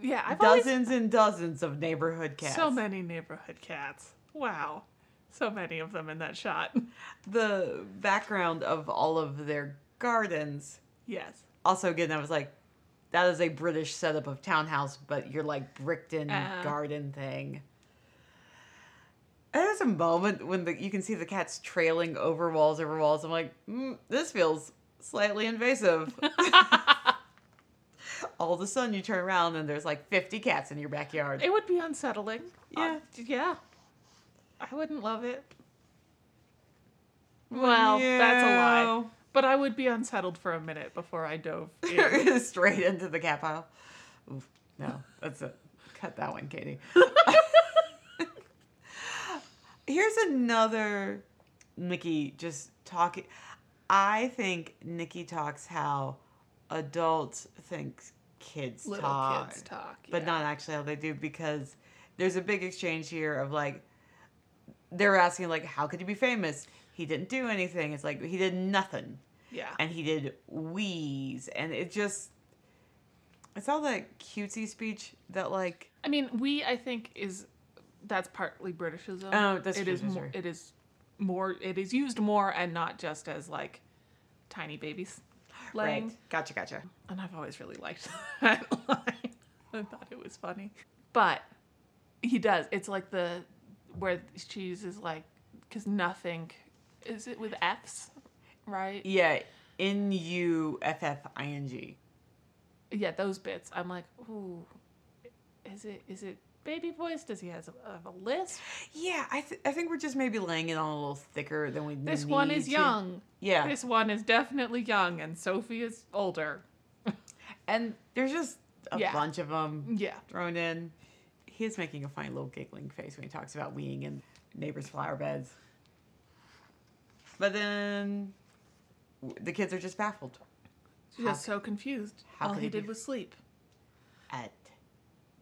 [SPEAKER 2] Yeah, I've always
[SPEAKER 1] dozens and dozens of neighborhood cats
[SPEAKER 2] So many neighborhood cats. Wow. So many of them in that shot. (laughs)
[SPEAKER 1] the background of all of their gardens
[SPEAKER 2] Yes.
[SPEAKER 1] also again that was like that is a british setup of townhouse but you're like bricked in
[SPEAKER 2] Uh-huh.
[SPEAKER 1] garden thing And there's a moment when the, you can see the cats trailing over walls over walls i'm like mm, this feels slightly
[SPEAKER 2] (laughs)
[SPEAKER 1] invasive all of a sudden you turn around and there's like 50 cats in your backyard
[SPEAKER 2] It would be Uh, unsettling.
[SPEAKER 1] Yeah.
[SPEAKER 2] Uh, yeah. I wouldn't love it. Well, that's a lie.
[SPEAKER 1] No.
[SPEAKER 2] But I would be unsettled for a minute before
[SPEAKER 1] (laughs)
[SPEAKER 2] I dove in.
[SPEAKER 1] Straight into the cat pile. Oof, no, that's it. Cut that one, Katie. (laughs) Here's another Nikki just talking. I think Nikki talks how adults think kids
[SPEAKER 2] Little
[SPEAKER 1] talk,
[SPEAKER 2] kids talk.
[SPEAKER 1] but
[SPEAKER 2] yeah.
[SPEAKER 1] not actually how they do because there's a big exchange here of like they're asking like how could you be famous? He didn't do anything. It's like he did nothing
[SPEAKER 2] Yeah.
[SPEAKER 1] and he did wheeze and it just it's all that cutesy speech that like
[SPEAKER 2] I mean, we I think is that's partly Britishism.
[SPEAKER 1] Oh, that's
[SPEAKER 2] it is
[SPEAKER 1] Britishism,
[SPEAKER 2] more,
[SPEAKER 1] right.
[SPEAKER 2] it is more it is used more and not just as like tiny babies laying.
[SPEAKER 1] right gotcha gotcha
[SPEAKER 2] And I've always really liked (laughs) that line. I thought it was funny. But he does. It's like the where she uses like because nothing is it with F's, right?
[SPEAKER 1] yeah n u f f i n g
[SPEAKER 2] yeah, those bits. I'm like, ooh, is it is it baby voice? Does he has a, have a lisp?
[SPEAKER 1] yeah I, th- I think we're just maybe laying it on a little thicker than we
[SPEAKER 2] This one
[SPEAKER 1] need
[SPEAKER 2] is
[SPEAKER 1] to.
[SPEAKER 2] young.
[SPEAKER 1] yeah
[SPEAKER 2] This one is definitely young, and Sophie is older.
[SPEAKER 1] and there's just a
[SPEAKER 2] Yeah.
[SPEAKER 1] bunch of them
[SPEAKER 2] Yeah,
[SPEAKER 1] thrown in he is making a funny little giggling face when he talks about weeing in neighbors flower beds but then w- the kids are just baffled
[SPEAKER 2] she's just so confused.
[SPEAKER 1] how
[SPEAKER 2] All
[SPEAKER 1] could
[SPEAKER 2] he
[SPEAKER 1] it be-
[SPEAKER 2] did was sleep.
[SPEAKER 1] at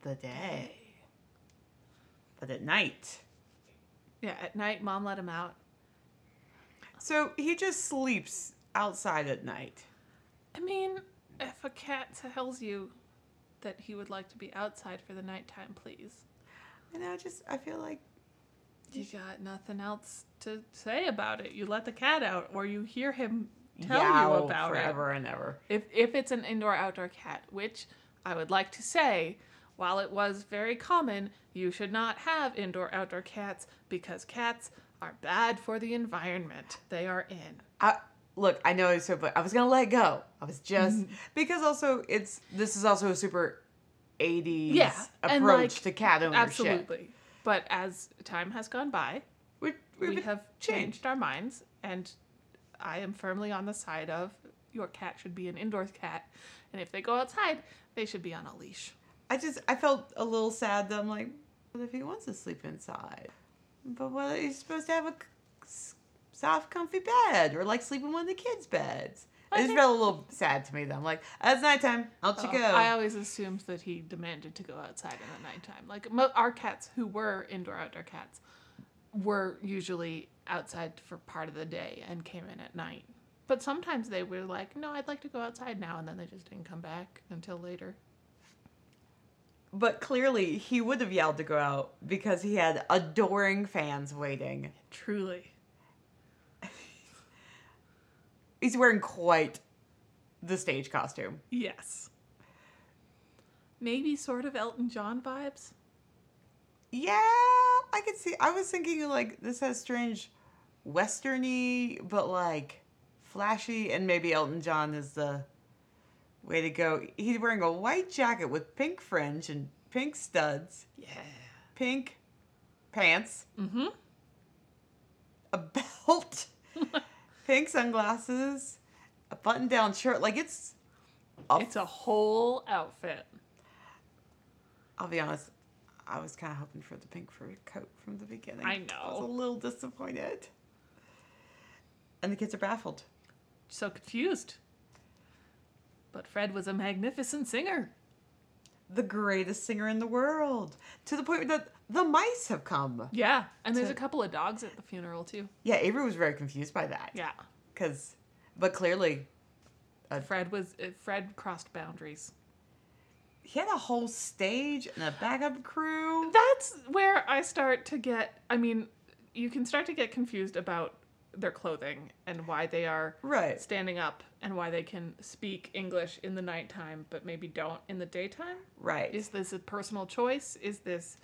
[SPEAKER 1] the day, but at night.
[SPEAKER 2] Yeah, at night, mom let him out.
[SPEAKER 1] So he just sleeps outside at night.
[SPEAKER 2] I mean, if a cat tells you that he would like to be outside for the nighttime, please.
[SPEAKER 1] And I just, I feel like,
[SPEAKER 2] You got nothing else to say about it. You let the cat out, or you hear him tell
[SPEAKER 1] yowl
[SPEAKER 2] you about it.
[SPEAKER 1] oh, forever and ever.
[SPEAKER 2] If if it's an indoor outdoor cat, which I would like to say, while it was very common, you should not have indoor outdoor cats because cats are bad for the environment they are in.
[SPEAKER 1] I, look, I know it's so, but I was gonna let go. I was just because also it's this is also a super '80s
[SPEAKER 2] Yeah,
[SPEAKER 1] approach
[SPEAKER 2] and, like,
[SPEAKER 1] to cat ownership.
[SPEAKER 2] Absolutely. But as time has gone by,
[SPEAKER 1] we,
[SPEAKER 2] we
[SPEAKER 1] we've
[SPEAKER 2] have changed our minds and I am firmly on the side of your cat should be an indoor cat and if they go outside, they should be on a leash.
[SPEAKER 1] I just I felt a little sad that I'm like, what if he wants to sleep inside? But what he's supposed to have a c- soft, comfy bed or like sleep in one of the kids' beds. It just
[SPEAKER 2] think-
[SPEAKER 1] felt a little sad to me that I'm like, it's nighttime. Out you go.
[SPEAKER 2] Uh, Oh, I always assumed that he demanded to go outside in the nighttime. Like mo- our cats, who were indoor outdoor cats, were usually outside for part of the day and came in at night. But sometimes they were like, "No, I'd like to go outside now," and then they just didn't come back until later.
[SPEAKER 1] but clearly, he would have yelled to go out because he had adoring fans waiting.
[SPEAKER 2] Truly,
[SPEAKER 1] He's wearing quite the stage costume.
[SPEAKER 2] yes. Maybe sort of Elton John vibes.
[SPEAKER 1] Yeah, I could see. I was thinking like this has strange westerny, but like flashy, and maybe Elton John is the way to go. He's wearing a white jacket with pink fringe and pink studs,
[SPEAKER 2] Yeah.
[SPEAKER 1] pink pants,
[SPEAKER 2] Mm-hmm.
[SPEAKER 1] a (laughs) belt, pink sunglasses, a button-down shirt. Like it's. I'll,
[SPEAKER 2] It's a whole outfit.
[SPEAKER 1] I'll be honest. I was kind of hoping for the pink fur coat from the beginning.
[SPEAKER 2] I
[SPEAKER 1] I was a
[SPEAKER 2] know.
[SPEAKER 1] little disappointed. And the kids are baffled.
[SPEAKER 2] So confused. But Fred was a magnificent singer.
[SPEAKER 1] the greatest singer in the world to the point that the mice have come.
[SPEAKER 2] Yeah, and there's
[SPEAKER 1] So-
[SPEAKER 2] a couple of dogs at the funeral too.
[SPEAKER 1] Yeah, Avery was very confused by that.
[SPEAKER 2] Yeah,
[SPEAKER 1] Cause, but clearly
[SPEAKER 2] Fred was uh, Fred crossed boundaries.
[SPEAKER 1] he had a whole stage and a backup crew.
[SPEAKER 2] That's where I start to get. I mean, you can start to get confused about their clothing and why they are
[SPEAKER 1] Right.
[SPEAKER 2] standing up and why they can speak English in the nighttime, but maybe don't in the daytime.
[SPEAKER 1] Right.
[SPEAKER 2] Is this a personal choice? Is this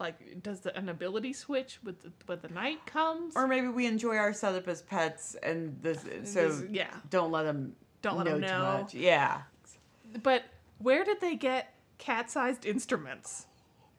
[SPEAKER 2] like does the, an ability switch with the, when the night comes?
[SPEAKER 1] or maybe we enjoy our setup as pets and this, so
[SPEAKER 2] This- yeah,
[SPEAKER 1] don't let them
[SPEAKER 2] Don't let
[SPEAKER 1] know
[SPEAKER 2] 'em know.
[SPEAKER 1] too much. Yeah.
[SPEAKER 2] But where did they get cat sized instruments?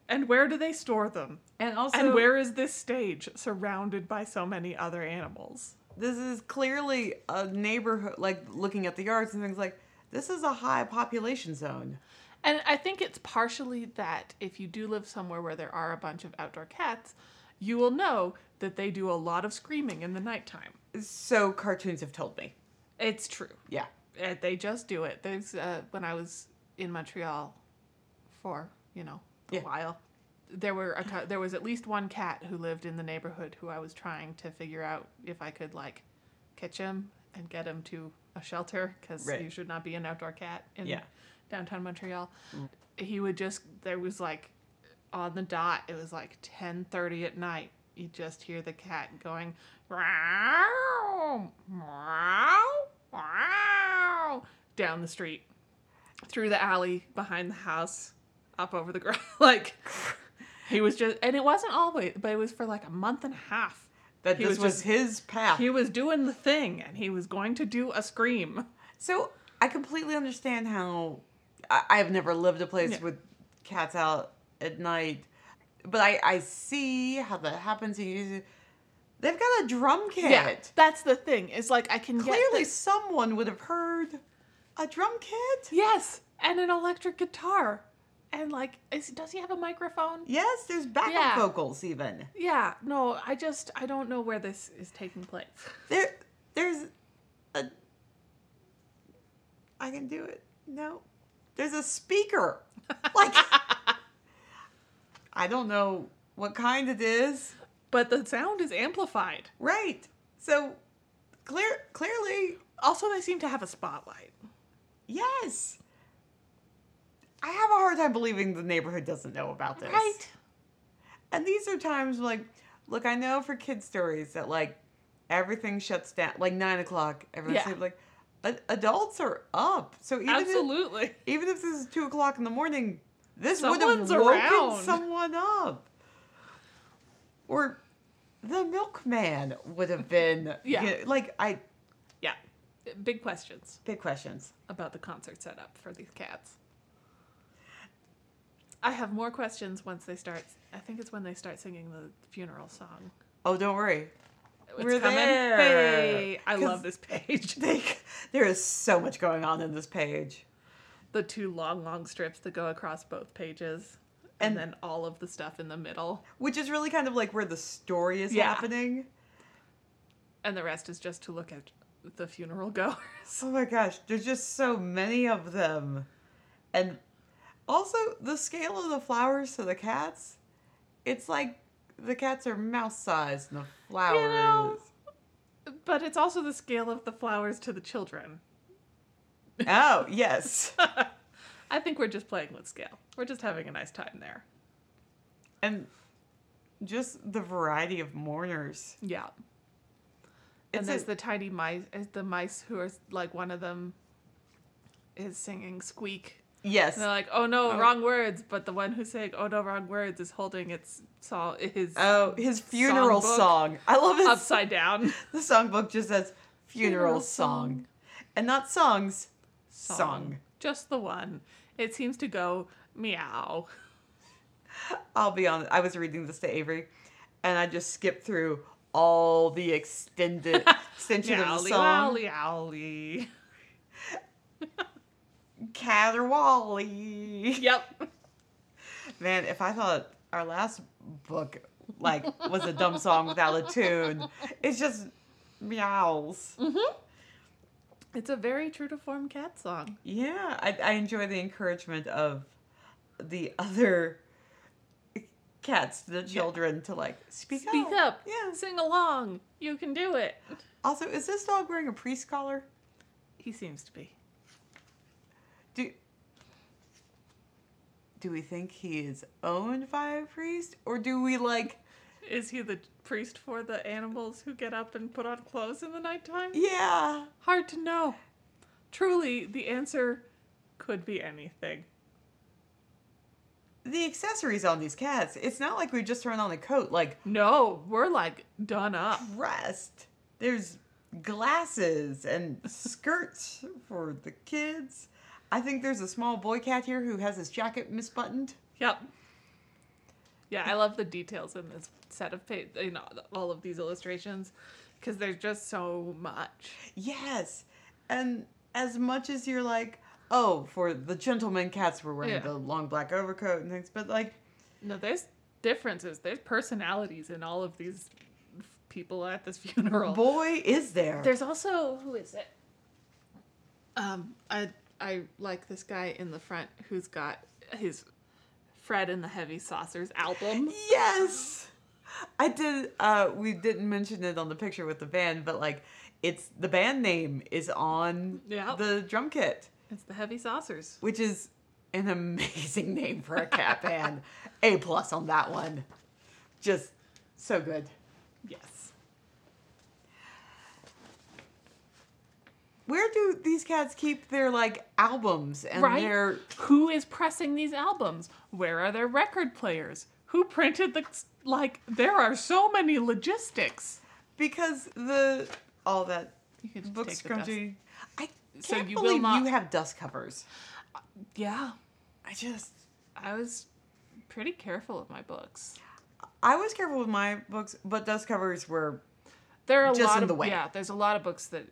[SPEAKER 2] And where do they store them?
[SPEAKER 1] And also
[SPEAKER 2] and where is this stage surrounded by so many other animals?
[SPEAKER 1] this is clearly a neighborhood like looking at the yards and things like this is a high population zone.
[SPEAKER 2] And I think it's partially that if you do live somewhere where there are a bunch of outdoor cats, you will know that they do a lot of screaming in the nighttime.
[SPEAKER 1] So cartoons have told me.
[SPEAKER 2] It's true.
[SPEAKER 1] Yeah.
[SPEAKER 2] Uh, They just do it. There's uh, when I was in Montreal for you know a
[SPEAKER 1] Yeah.
[SPEAKER 2] while, there were a, cou- there was at least one cat who lived in the neighborhood who I was trying to figure out if I could like catch him and get him to a shelter because
[SPEAKER 1] Right.
[SPEAKER 2] you should not be an outdoor cat in
[SPEAKER 1] Yeah.
[SPEAKER 2] downtown Montreal. He would just there was like on the dot it was like 10:30 at night you just hear the cat going meow, meow, meow, down the street through the alley behind the house up over the ground (laughs) like he was just and it wasn't always but it was for like a month and a half
[SPEAKER 1] That
[SPEAKER 2] He
[SPEAKER 1] this
[SPEAKER 2] was
[SPEAKER 1] was
[SPEAKER 2] just-
[SPEAKER 1] his path.
[SPEAKER 2] he was doing the thing and he was going to do a scream
[SPEAKER 1] So I completely understand how I, I've never lived a place
[SPEAKER 2] Yeah.
[SPEAKER 1] with cats out at night, but I, I see how that happens. And you, they've got a drum kit.
[SPEAKER 2] that's the thing it's like i can get
[SPEAKER 1] Clearly,
[SPEAKER 2] the-
[SPEAKER 1] someone would have heard a drum kit.
[SPEAKER 2] yes and an electric guitar and like is, does he have a microphone
[SPEAKER 1] Yes, there's backup
[SPEAKER 2] Yeah.
[SPEAKER 1] vocals even.
[SPEAKER 2] Yeah, no, I just I don't know where this is taking place.
[SPEAKER 1] There, there's a. I can do it. No, there's a speaker.
[SPEAKER 2] (laughs)
[SPEAKER 1] Like, I don't know what kind it is.
[SPEAKER 2] But the sound is amplified.
[SPEAKER 1] Right. So clear clearly,
[SPEAKER 2] Also, they seem to have a spotlight.
[SPEAKER 1] yes. I have a hard time believing the neighborhood doesn't know about this.
[SPEAKER 2] Right.
[SPEAKER 1] And these are times like, look, I know for kid stories that like everything shuts down, like nine o'clock, everyone's
[SPEAKER 2] Yeah.
[SPEAKER 1] sleep, like ad- adults are up. So even if,
[SPEAKER 2] Absolutely.
[SPEAKER 1] even if this is two o'clock in the morning, this
[SPEAKER 2] Someone's
[SPEAKER 1] would have woken
[SPEAKER 2] around.
[SPEAKER 1] someone up. Or the milkman would have been
[SPEAKER 2] Yeah.
[SPEAKER 1] you know, like I
[SPEAKER 2] Yeah. Big questions
[SPEAKER 1] big questions.
[SPEAKER 2] about the concert setup for these cats. I have more questions once they start. I think it's when they start singing the funeral song.
[SPEAKER 1] Oh, don't worry. (laughs)
[SPEAKER 2] It's
[SPEAKER 1] We're there.
[SPEAKER 2] Hey, I
[SPEAKER 1] 'Cause-
[SPEAKER 2] love this page.
[SPEAKER 1] They, there is so much going on in this page.
[SPEAKER 2] the two long, long strips that go across both pages,
[SPEAKER 1] And-
[SPEAKER 2] and, then all of the stuff in the middle,
[SPEAKER 1] Which is really kind of like where the story is
[SPEAKER 2] Yeah.
[SPEAKER 1] happening.
[SPEAKER 2] and the rest is just to look at the funeral (laughs) goers.
[SPEAKER 1] Oh my gosh, there's just so many of them. And also the scale of the flowers to the cats, it's like the cats are mouse sized and the flowers.
[SPEAKER 2] But it's also the scale of the flowers to the children. (laughs)
[SPEAKER 1] Oh, yes.
[SPEAKER 2] I think we're just playing with scale. We're just having a nice time there.
[SPEAKER 1] and just the variety of mourners.
[SPEAKER 2] Yeah. And
[SPEAKER 1] It's
[SPEAKER 2] there's
[SPEAKER 1] a-
[SPEAKER 2] the tiny mice, is the mice who are like one of them is singing squeak.
[SPEAKER 1] Yes.
[SPEAKER 2] And they're like, oh no,
[SPEAKER 1] Oh.
[SPEAKER 2] wrong words. But the one who's saying, oh no, wrong words is holding its saw his (laughs)
[SPEAKER 1] Oh, his funeral
[SPEAKER 2] Songbook.
[SPEAKER 1] song. I love his
[SPEAKER 2] upside down.
[SPEAKER 1] The songbook just says funeral,
[SPEAKER 2] Funeral
[SPEAKER 1] song.
[SPEAKER 2] song.
[SPEAKER 1] and not songs.
[SPEAKER 2] Song.
[SPEAKER 1] Song.
[SPEAKER 2] Just the one. It seems to go meow.
[SPEAKER 1] I'll be honest. I was reading this to Avery, and I just skipped through all the extended
[SPEAKER 2] (laughs)
[SPEAKER 1] extension of the
[SPEAKER 2] Meowly,
[SPEAKER 1] song.
[SPEAKER 2] owly, owly.
[SPEAKER 1] Caterwauly.
[SPEAKER 2] Yep.
[SPEAKER 1] Man, if I thought our last book like was a dumb song without a tune, it's just meows.
[SPEAKER 2] It's a very true to form cat song.
[SPEAKER 1] Yeah, I, I enjoy the encouragement of the (laughs) other cats, the children, to like speak,
[SPEAKER 2] Speak up.
[SPEAKER 1] Yeah.
[SPEAKER 2] Sing along. You can do it.
[SPEAKER 1] Also, is this dog wearing a priest collar?
[SPEAKER 2] He seems to be.
[SPEAKER 1] Do do we think he is owned by a priest, or do we like?
[SPEAKER 2] Is he the priest for the animals who get up and put on clothes in the nighttime?
[SPEAKER 1] Yeah,
[SPEAKER 2] Hard to know. Truly, the answer could be anything.
[SPEAKER 1] the accessories on these cats. It's not like we just thrown on a coat. Like
[SPEAKER 2] No, we're like done up.
[SPEAKER 1] dressed. There's glasses and skirts for the kids. I think there's a small boy cat here who has his jacket misbuttoned.
[SPEAKER 2] Yep. Yeah, I love the details in this set of pa- in all of these illustrations. because there's just so much.
[SPEAKER 1] Yes. And as much as you're like, oh, for the gentleman cats were wearing
[SPEAKER 2] Yeah.
[SPEAKER 1] the long black overcoat and things, but like,
[SPEAKER 2] No, there's differences. There's personalities in all of these f- people at this (laughs) funeral.
[SPEAKER 1] boy, is there.
[SPEAKER 2] There's also who is it? Um, I I like this guy in the front who's got his Fred and the Heavy Saucers album.
[SPEAKER 1] Yes. I did uh we didn't mention it on the picture with the band, but like it's the band name is on
[SPEAKER 2] Yep.
[SPEAKER 1] the drum kit,
[SPEAKER 2] It's the Heavy Saucers.
[SPEAKER 1] which is an amazing (laughs) name for a cat band. A plus on that one. Just so good.
[SPEAKER 2] Yes.
[SPEAKER 1] Where do these cats keep their like albums and
[SPEAKER 2] Right?
[SPEAKER 1] their
[SPEAKER 2] Who is pressing these albums? Where are their record players? Who printed the like? There are so many logistics.
[SPEAKER 1] because the all that
[SPEAKER 2] You could
[SPEAKER 1] book
[SPEAKER 2] take the dust.
[SPEAKER 1] scrunchie. I can't
[SPEAKER 2] So you will
[SPEAKER 1] believe
[SPEAKER 2] not-
[SPEAKER 1] you have dust covers.
[SPEAKER 2] Yeah,
[SPEAKER 1] I just
[SPEAKER 2] I was pretty careful of my books.
[SPEAKER 1] I was careful with my books, but dust covers were
[SPEAKER 2] There are a
[SPEAKER 1] Just
[SPEAKER 2] lot
[SPEAKER 1] in
[SPEAKER 2] of
[SPEAKER 1] the way.
[SPEAKER 2] yeah. There's a lot of books that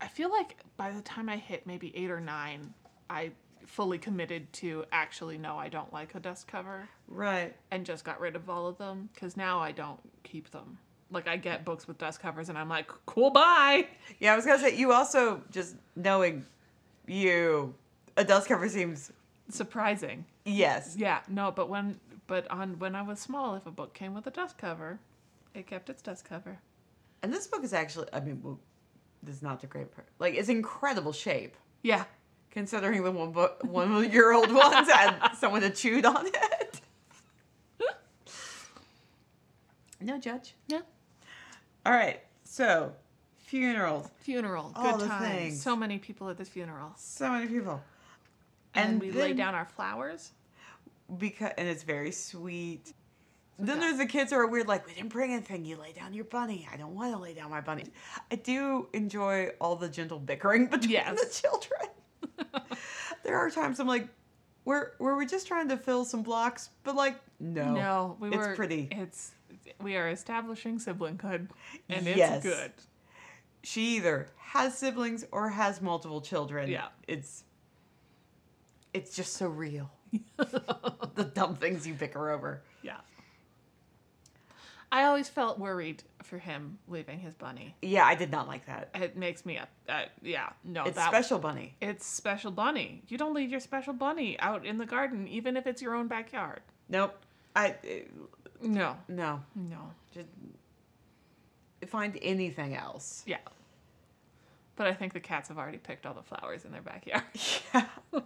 [SPEAKER 2] I feel like by the time I hit maybe eight or nine, I fully committed to actually no, I don't like a dust cover,
[SPEAKER 1] right.
[SPEAKER 2] and just got rid of all of them because now I don't keep them. Like I get books with dust covers, and I'm like, cool, bye.
[SPEAKER 1] Yeah, I was gonna say you also just knowing you, a dust cover seems
[SPEAKER 2] Surprising.
[SPEAKER 1] yes.
[SPEAKER 2] Yeah, no, but when but on when I was small, if a book came with a dust cover, it kept its dust cover.
[SPEAKER 1] And this book is actually, I mean, well, this is not the great part. Like it's incredible shape
[SPEAKER 2] Yeah.
[SPEAKER 1] considering the one book one year (laughs) old ones had someone that chewed on it. no judge.
[SPEAKER 2] Yeah.
[SPEAKER 1] All right, so funerals,
[SPEAKER 2] Funeral.
[SPEAKER 1] All the
[SPEAKER 2] good time.
[SPEAKER 1] things.
[SPEAKER 2] So many people at this funeral.
[SPEAKER 1] so many people,
[SPEAKER 2] And, we lay
[SPEAKER 1] then-
[SPEAKER 2] down our flowers.
[SPEAKER 1] because and it's very sweet. Then there's the kids who are weird, like we didn't bring anything. You lay down your bunny. I don't want to lay down my bunny. I do enjoy all the gentle bickering (laughs) between
[SPEAKER 2] Yes.
[SPEAKER 1] the
[SPEAKER 2] (laughs)
[SPEAKER 1] children. there are times I'm like, were were we just trying to fill some blocks? But like, no,
[SPEAKER 2] No, we
[SPEAKER 1] it's
[SPEAKER 2] were
[SPEAKER 1] pretty.
[SPEAKER 2] It's we are establishing siblinghood and
[SPEAKER 1] Yes.
[SPEAKER 2] it's good.
[SPEAKER 1] She either has siblings or has multiple children.
[SPEAKER 2] Yeah.
[SPEAKER 1] it's it's just so real. (laughs) the dumb things you bicker over.
[SPEAKER 2] Yeah. I always felt worried for him leaving his bunny.
[SPEAKER 1] Yeah, I did not like that.
[SPEAKER 2] It makes me up. Uh, yeah, no,
[SPEAKER 1] It's
[SPEAKER 2] (laughs) that
[SPEAKER 1] special bunny.
[SPEAKER 2] It's special bunny. You don't leave your special bunny out in the garden, even if it's your own backyard.
[SPEAKER 1] Nope. I eh,
[SPEAKER 2] No,
[SPEAKER 1] no.
[SPEAKER 2] no,
[SPEAKER 1] Just find anything else. (laughs)
[SPEAKER 2] yeah. But I think the cats have already picked all the flowers in their backyard. (laughs)
[SPEAKER 1] Yeah.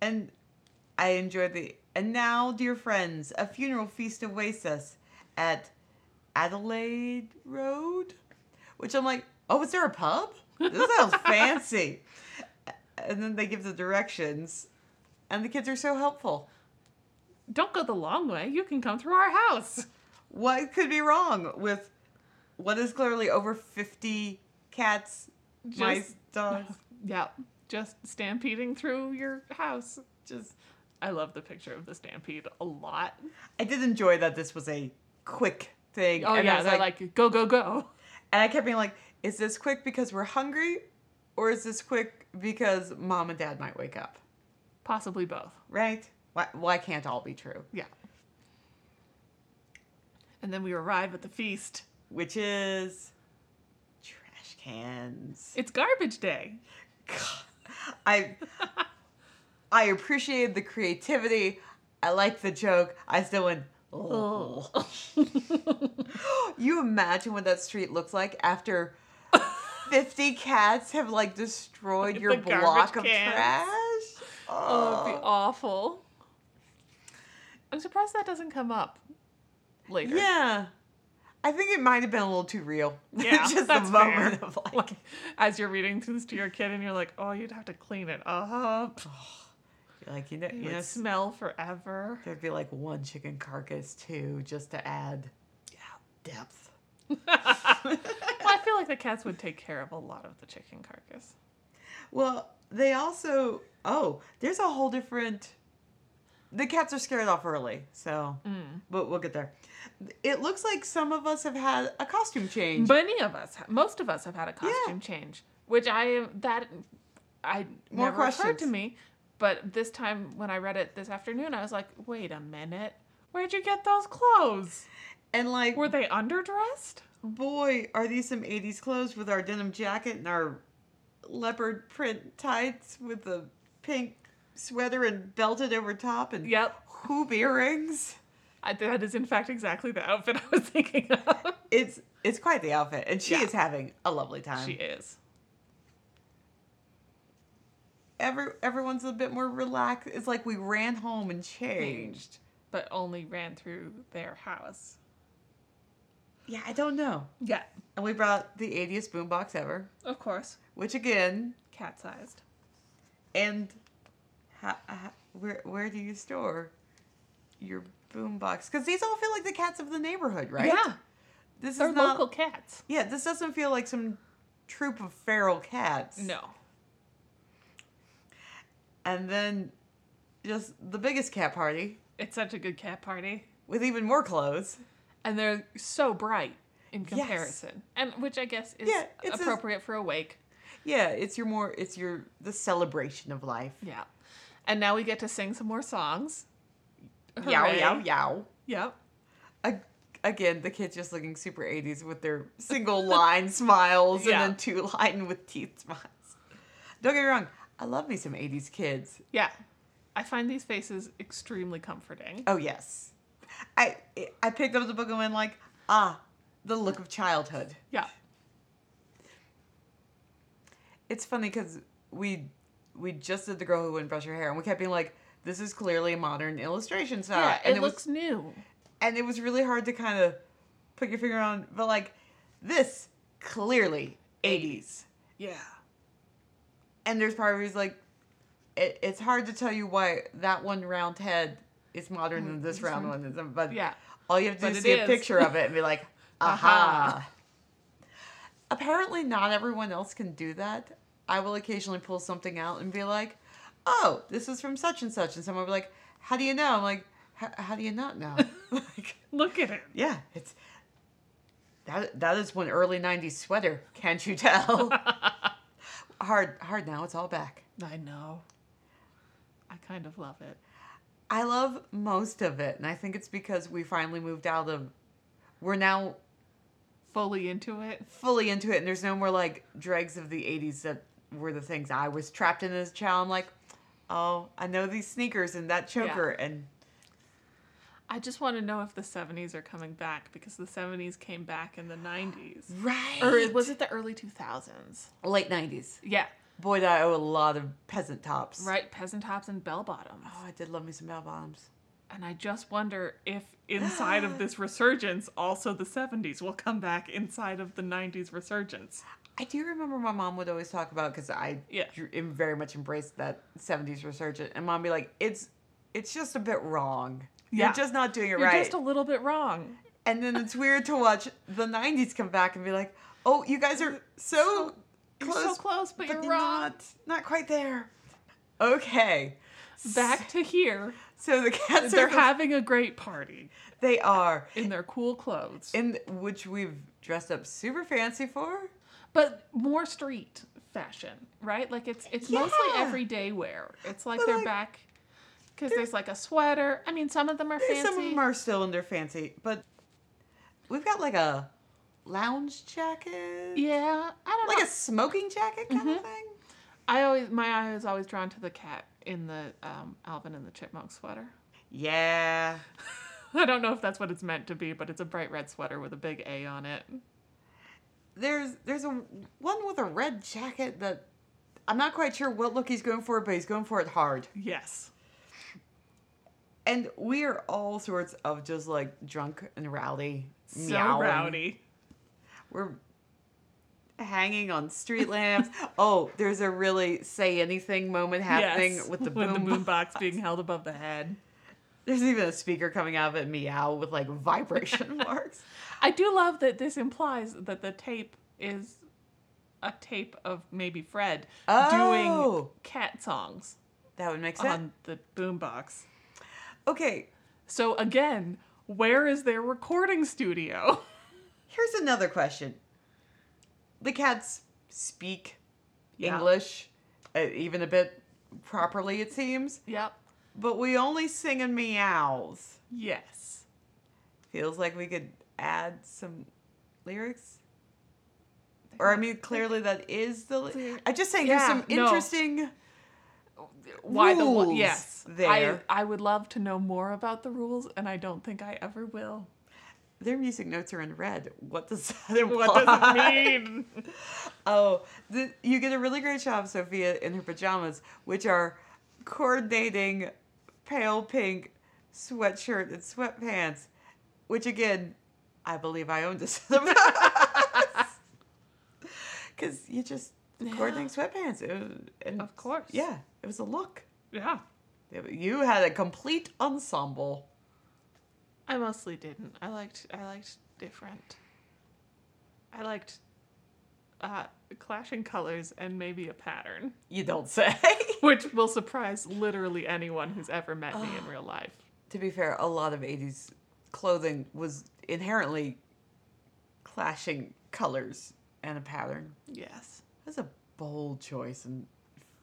[SPEAKER 1] and I enjoyed the and now, dear friends, a funeral feast awaits us at Adelaide Road, which I'm like, oh, is there a pub? This sounds fancy. And then they give the directions, and the kids are so helpful.
[SPEAKER 2] don't go the long way. You can come through our house.
[SPEAKER 1] What could be wrong with what is clearly over 50 cats, mice,
[SPEAKER 2] (laughs)
[SPEAKER 1] dogs?
[SPEAKER 2] Yeah, just stampeding through your house.
[SPEAKER 1] Just
[SPEAKER 2] I love the picture of the stampede a lot.
[SPEAKER 1] I did enjoy that this was a quick thing.
[SPEAKER 2] Oh
[SPEAKER 1] and I
[SPEAKER 2] yeah,
[SPEAKER 1] was
[SPEAKER 2] they're like, go go go.
[SPEAKER 1] and I kept being like, is this quick because we're hungry, or is this quick because mom and dad might wake up?
[SPEAKER 2] Possibly both.
[SPEAKER 1] Right? Why, why can't all be true?
[SPEAKER 2] Yeah. And then we arrive at the feast.
[SPEAKER 1] Which is trash cans.
[SPEAKER 2] It's garbage day.
[SPEAKER 1] I I appreciated the creativity. I liked the joke. I still went. Oh.
[SPEAKER 2] (laughs)
[SPEAKER 1] you imagine what that street looks like after 50 cats have like destroyed your
[SPEAKER 2] The garbage
[SPEAKER 1] block of
[SPEAKER 2] cans.
[SPEAKER 1] trash?
[SPEAKER 2] Oh, it'd
[SPEAKER 1] Oh.
[SPEAKER 2] be awful. I'm surprised that doesn't come up later.
[SPEAKER 1] yeah. I think it might have been a little too real. (laughs)
[SPEAKER 2] Yeah,
[SPEAKER 1] Just
[SPEAKER 2] that's
[SPEAKER 1] the moment
[SPEAKER 2] fair.
[SPEAKER 1] of like,
[SPEAKER 2] (laughs) Like, as you're reading this to your kid, and you're like, "Oh, you'd have to clean it up.
[SPEAKER 1] Oh, you're like you know,
[SPEAKER 2] It
[SPEAKER 1] you
[SPEAKER 2] would
[SPEAKER 1] know (laughs)
[SPEAKER 2] smell forever."
[SPEAKER 1] there'd be like one chicken carcass too, just to add depth.
[SPEAKER 2] Well, I feel like the cats would take care of a lot of the chicken carcass.
[SPEAKER 1] Well, they also oh, there's a whole different the cats are scared off early, so
[SPEAKER 2] Mm.
[SPEAKER 1] but we'll get there. It looks like some of us have had a costume change.
[SPEAKER 2] Many of us, ha- most of us, have had a costume change, which I am that I
[SPEAKER 1] More
[SPEAKER 2] never occurred to
[SPEAKER 1] questions.
[SPEAKER 2] me. But this time when I read it this afternoon, I was like, wait a minute, where'd you get those clothes?
[SPEAKER 1] and like
[SPEAKER 2] Were they underdressed?
[SPEAKER 1] boy, are these some 80s clothes with our denim jacket and our leopard print tights with the pink sweater and belted over top and
[SPEAKER 2] Yep,
[SPEAKER 1] hoop earrings.
[SPEAKER 2] I, that is in fact exactly the outfit (laughs) I was thinking of.
[SPEAKER 1] It's it's quite the outfit, and she
[SPEAKER 2] Yeah.
[SPEAKER 1] is having a lovely time.
[SPEAKER 2] She is.
[SPEAKER 1] Every everyone's a bit more relaxed. It's like we ran home and changed.
[SPEAKER 2] but only ran through their house.
[SPEAKER 1] Yeah, I don't know.
[SPEAKER 2] Yeah,
[SPEAKER 1] And we brought the 80th boombox ever,
[SPEAKER 2] of course.
[SPEAKER 1] which again,
[SPEAKER 2] Cat sized.
[SPEAKER 1] and ha, ha, where where do you store your boombox? Because these all feel like the cats of the neighborhood, right?
[SPEAKER 2] Yeah,
[SPEAKER 1] this
[SPEAKER 2] they're
[SPEAKER 1] is not.
[SPEAKER 2] local cats.
[SPEAKER 1] Yeah, this doesn't feel like some troop of feral cats.
[SPEAKER 2] No.
[SPEAKER 1] And then just the biggest cat party
[SPEAKER 2] It's such a good cat party.
[SPEAKER 1] with even more clothes.
[SPEAKER 2] And they're so bright in comparison. And which I guess is
[SPEAKER 1] Yeah, it's a-
[SPEAKER 2] appropriate for a wake.
[SPEAKER 1] Yeah, it's your more it's your the celebration of life.
[SPEAKER 2] Yeah. And now we get to sing some more songs.
[SPEAKER 1] Yow
[SPEAKER 2] Hooray.
[SPEAKER 1] yow yow.
[SPEAKER 2] Yep.
[SPEAKER 1] Ag- Again, the kids just looking super 80s with
[SPEAKER 2] (laughs)
[SPEAKER 1] their single line smiles
[SPEAKER 2] Yeah.
[SPEAKER 1] and then two line with teeth smiles. Don't get me wrong, I love me some 80s kids.
[SPEAKER 2] Yeah. I find these faces extremely comforting.
[SPEAKER 1] Oh yes. I I picked up the book and went like, ah, the look of childhood.
[SPEAKER 2] Yeah.
[SPEAKER 1] It's funny because we we just did the girl who wouldn't brush her hair, and we kept being like, "This is clearly a modern illustration style,"
[SPEAKER 2] yeah.
[SPEAKER 1] and
[SPEAKER 2] Uh, it looks
[SPEAKER 1] was
[SPEAKER 2] new.
[SPEAKER 1] and it was really hard to kind of put your finger on, but like, this clearly eighties,
[SPEAKER 2] Yeah.
[SPEAKER 1] and there's part of me's like, it, it's hard to tell you why that one round head is modern than this round one is, but
[SPEAKER 2] Mm, Yeah.
[SPEAKER 1] all you have to do
[SPEAKER 2] But
[SPEAKER 1] is
[SPEAKER 2] it
[SPEAKER 1] see a
[SPEAKER 2] is. Uh-huh.
[SPEAKER 1] picture of it and be
[SPEAKER 2] (laughs)
[SPEAKER 1] like, aha.
[SPEAKER 2] Aha.
[SPEAKER 1] Apparently, not everyone else can do that. I will occasionally pull something out and be like, oh, this is from such and such. And someone will be like, how do you know? I'm like, "H- how do you not know? (laughs) like,
[SPEAKER 2] Look at it.
[SPEAKER 1] yeah, it's that. That is one early '90s sweater. Can't you tell? hard, hard now. It's all back.
[SPEAKER 2] I know. I kind of love it.
[SPEAKER 1] I love most of it, and I think it's because we finally moved out of. We're now
[SPEAKER 2] Fully into it.
[SPEAKER 1] fully into it, and there's no more like dregs of the '80s that were the things I was trapped in as a child. I'm like, oh, I know these sneakers and that choker, and
[SPEAKER 2] I just want to know if the 70s are coming back because the 70s came back in the 90s.
[SPEAKER 1] right,
[SPEAKER 2] Or was it the early 2000s?
[SPEAKER 1] late '90s.
[SPEAKER 2] Yeah.
[SPEAKER 1] Boy, did I owe a lot of peasant tops.
[SPEAKER 2] Right, peasant tops and bell bottoms.
[SPEAKER 1] Oh, I did love me some bell bottoms.
[SPEAKER 2] And I just wonder if inside (gasps) of this resurgence, also the 70s will come back inside of the 90s resurgence.
[SPEAKER 1] I do remember my mom would always talk about because I
[SPEAKER 2] Yeah.
[SPEAKER 1] dr- am very much embraced that '70s resurgent, and mom be like, "It's, it's just a bit wrong.
[SPEAKER 2] Yeah.
[SPEAKER 1] You're just not doing it
[SPEAKER 2] You're
[SPEAKER 1] right."
[SPEAKER 2] just a little bit wrong.
[SPEAKER 1] and then it's weird to watch the '90s come back and be like, "Oh, you guys are so,
[SPEAKER 2] You're
[SPEAKER 1] close,
[SPEAKER 2] so close, but, you're, wrong.
[SPEAKER 1] not, not quite there." Okay,
[SPEAKER 2] Back to (laughs) here.
[SPEAKER 1] so the cats
[SPEAKER 2] They're
[SPEAKER 1] are
[SPEAKER 2] having a great party
[SPEAKER 1] they are
[SPEAKER 2] in their cool clothes.
[SPEAKER 1] in which we've dressed up super fancy for.
[SPEAKER 2] but more street fashion, right? Like it's it's mostly
[SPEAKER 1] Yeah.
[SPEAKER 2] everyday wear. It's like
[SPEAKER 1] But,
[SPEAKER 2] they're
[SPEAKER 1] like,
[SPEAKER 2] back because there's like a sweater. I mean, some of them are fancy.
[SPEAKER 1] Some of them are still in their fancy, but we've got like a lounge jacket.
[SPEAKER 2] Yeah, Mm-hmm. I don't
[SPEAKER 1] like
[SPEAKER 2] know.
[SPEAKER 1] a smoking jacket kind of thing.
[SPEAKER 2] I always my eye is always drawn to the cat in the um, Alvin and the Chipmunk sweater. (laughs)
[SPEAKER 1] Yeah,
[SPEAKER 2] I don't know if that's what it's meant to be, but it's a bright red sweater with a big A on it.
[SPEAKER 1] there's there's a one with a red jacket that I'm not quite sure what look he's going for, but he's going for it hard.
[SPEAKER 2] Yes.
[SPEAKER 1] And we are all sorts of just like drunk and rowdy,
[SPEAKER 2] So
[SPEAKER 1] meowing.
[SPEAKER 2] rowdy.
[SPEAKER 1] We're hanging on street
[SPEAKER 2] (laughs)
[SPEAKER 1] lamps. oh, there's a really say anything moment happening
[SPEAKER 2] yes. (laughs)
[SPEAKER 1] with the
[SPEAKER 2] with
[SPEAKER 1] boom.
[SPEAKER 2] boombox being held above the head.
[SPEAKER 1] There's even a speaker coming out of it meow with like (laughs) vibration marks.
[SPEAKER 2] I do love that this implies that the tape is a tape of maybe Fred doing
[SPEAKER 1] Oh.
[SPEAKER 2] cat songs
[SPEAKER 1] Um, That would make sense.
[SPEAKER 2] on the boombox.
[SPEAKER 1] Okay,
[SPEAKER 2] So again, where is their recording studio? (laughs)
[SPEAKER 1] here's another question. The cats speak
[SPEAKER 2] Yeah.
[SPEAKER 1] English, uh, even a bit properly, it seems,
[SPEAKER 2] Yep.
[SPEAKER 1] but we only sing in meows.
[SPEAKER 2] Yes.
[SPEAKER 1] Feels like we could add some lyrics. Or I mean, clearly that is the. Li- I just saying
[SPEAKER 2] Yeah,
[SPEAKER 1] there's some
[SPEAKER 2] no.
[SPEAKER 1] interesting.
[SPEAKER 2] Why the
[SPEAKER 1] Rules
[SPEAKER 2] one? Yes.
[SPEAKER 1] there.
[SPEAKER 2] I I would love to know more about the rules, and I don't think I ever will.
[SPEAKER 1] Their music notes are in red. What does (laughs) that imply?
[SPEAKER 2] What (laughs) does it mean?
[SPEAKER 1] Oh, the, you get a really great shot of Sophia in her pajamas, which are coordinating pale pink sweatshirt and sweatpants, which again, I believe I own this. (laughs) Because you just coordinating sweatpants. It was- and-
[SPEAKER 2] Of course.
[SPEAKER 1] Yeah, it was a look.
[SPEAKER 2] yeah.
[SPEAKER 1] It- You had a complete ensemble.
[SPEAKER 2] I mostly didn't. I liked I liked different. I liked uh, clashing colors and maybe a pattern, (laughs)
[SPEAKER 1] You don't say.
[SPEAKER 2] which will surprise literally anyone who's ever met me in real life.
[SPEAKER 1] to be fair, a lot of 80s clothing was inherently clashing colors and a pattern.
[SPEAKER 2] Yes,
[SPEAKER 1] That's a bold choice in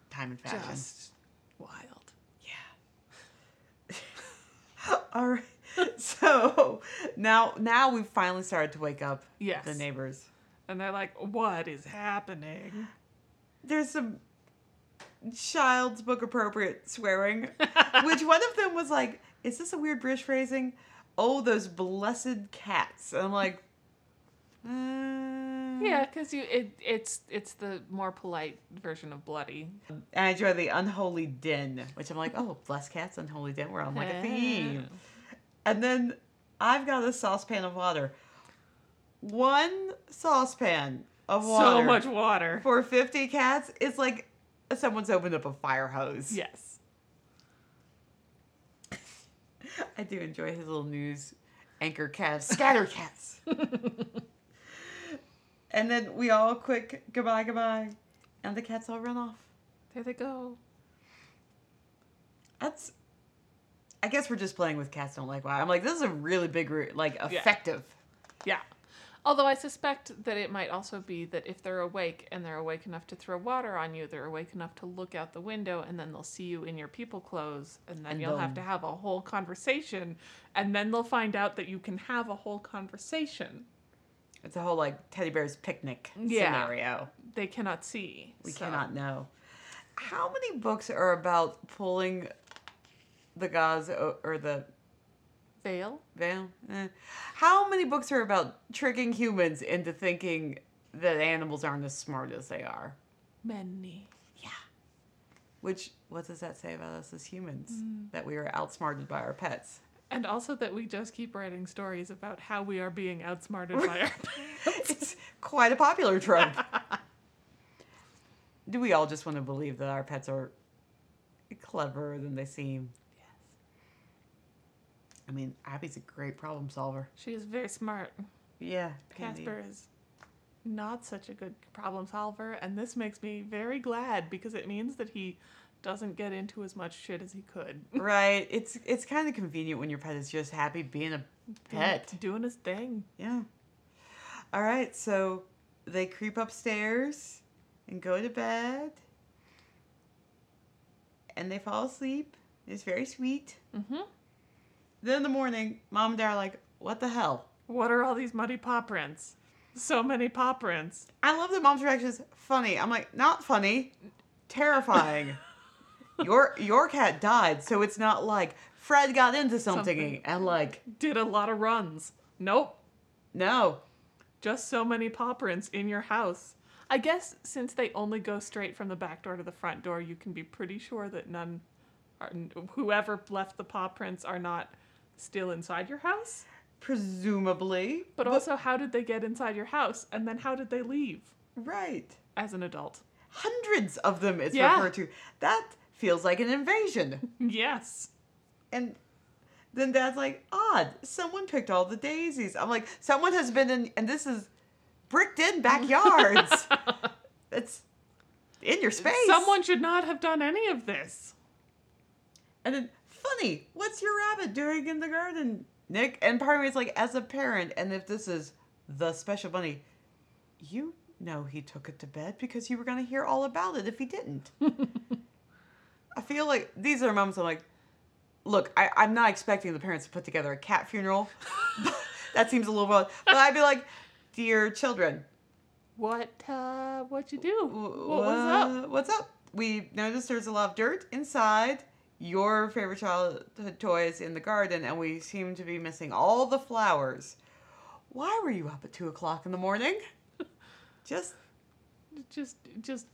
[SPEAKER 1] time and fashion.
[SPEAKER 2] just wild.
[SPEAKER 1] Yeah. (laughs) All right. So now, now we've finally started to wake up
[SPEAKER 2] Yes.
[SPEAKER 1] the neighbors.
[SPEAKER 2] And they're like, "What is happening?"
[SPEAKER 1] There's some child's book appropriate
[SPEAKER 2] (laughs)
[SPEAKER 1] swearing, which one of them was like, "Is this a weird British phrasing?" Oh, those blessed cats. And I'm like, uh,
[SPEAKER 2] Yeah, because you it it's it's the more polite version of bloody.
[SPEAKER 1] And I enjoy the unholy din, which I'm like, oh, blessed cats, unholy din. We're on like a theme. And then I've got a saucepan of water. One saucepan of water
[SPEAKER 2] So much water.
[SPEAKER 1] for 50 cats is like someone's opened up a fire hose.
[SPEAKER 2] Yes.
[SPEAKER 1] I do enjoy his little news anchor cats, scatter
[SPEAKER 2] (laughs)
[SPEAKER 1] cats. and then we all quick goodbye, goodbye. And the cats all run off.
[SPEAKER 2] There they go.
[SPEAKER 1] That's. I guess we're just playing with cats don't like wow. I'm like, this is a really big, re- like, effective.
[SPEAKER 2] Yeah. Although I suspect that it might also be that if they're awake and they're awake enough to throw water on you, they're awake enough to look out the window and then they'll see you in your people clothes and then
[SPEAKER 1] And
[SPEAKER 2] you'll have to
[SPEAKER 1] they'll-
[SPEAKER 2] have a whole conversation and then they'll find out that you can have a whole conversation.
[SPEAKER 1] It's a whole like teddy bear's picnic
[SPEAKER 2] Yeah.
[SPEAKER 1] scenario.
[SPEAKER 2] They cannot see.
[SPEAKER 1] We
[SPEAKER 2] so-
[SPEAKER 1] cannot know. How many books are about pulling the gauze o- or the
[SPEAKER 2] Veil?
[SPEAKER 1] veil? Eh. How many books are about tricking humans into thinking that animals aren't as smart as they are?
[SPEAKER 2] Many.
[SPEAKER 1] Which what does that say about us as humans? That we are outsmarted by our pets. (laughs)
[SPEAKER 2] And also that we just keep writing stories about how we are being outsmarted
[SPEAKER 1] (laughs)
[SPEAKER 2] by our
[SPEAKER 1] it's quite a popular (laughs) trope. Do we all just want to believe that our pets are cleverer than they seem?
[SPEAKER 2] Yes.
[SPEAKER 1] I mean, Abby's a great problem solver.
[SPEAKER 2] She is very smart.
[SPEAKER 1] Yeah. can be.
[SPEAKER 2] Casper is not such a good problem solver, and this makes me very glad because it means that he doesn't get into as much shit as he could.
[SPEAKER 1] Right. It's it's kind of convenient when your pet is just happy being a pet.
[SPEAKER 2] Doing his thing.
[SPEAKER 1] Yeah. All right. So they creep upstairs and go to bed. And they fall asleep. It's very sweet.
[SPEAKER 2] Mm-hmm.
[SPEAKER 1] Then in the morning, mom and dad are like, what the hell?
[SPEAKER 2] What are all these muddy paw prints? So many paw prints.
[SPEAKER 1] I love that mom's reaction is funny. I'm like, not funny,
[SPEAKER 2] (laughs)
[SPEAKER 1] terrifying. your your cat died, so it's not like Fred got into something,
[SPEAKER 2] Something.
[SPEAKER 1] and like,
[SPEAKER 2] Did a lot of runs. Nope.
[SPEAKER 1] no.
[SPEAKER 2] Just so many paw prints in your house. I guess since they only go straight from the back door to the front door, you can be pretty sure that none, are, whoever left the paw prints are not still inside your house.
[SPEAKER 1] Presumably.
[SPEAKER 2] But also, how did they get inside your house? And then how did they leave
[SPEAKER 1] Right.
[SPEAKER 2] as an adult?
[SPEAKER 1] Hundreds of them it's
[SPEAKER 2] Yeah.
[SPEAKER 1] referred to. That feels like an
[SPEAKER 2] (laughs)
[SPEAKER 1] invasion.
[SPEAKER 2] Yes.
[SPEAKER 1] And then dad's like, odd, someone picked all the daisies. I'm like, someone has been in and this is bricked in backyards. it's in your space.
[SPEAKER 2] Someone should not have done any of this.
[SPEAKER 1] And then, funny, what's your rabbit doing in the garden, Nick? And part of me is like, as a parent, and if this is the special bunny, you know he took it to bed because you were going to hear all about it if he didn't. I feel like these are moments I'm like, look, I, I'm not expecting the parents to put together a cat funeral. (laughs) that seems a little wild. But I'd be like, dear children,
[SPEAKER 2] What uh what you do?
[SPEAKER 1] w-
[SPEAKER 2] What was up?
[SPEAKER 1] uh, What's up? We noticed there's a lot of dirt inside your favorite childhood toys in the garden, and we seem to be missing all the flowers. Why were you up at two o'clock in the
[SPEAKER 2] (laughs)
[SPEAKER 1] morning? Just
[SPEAKER 2] Just just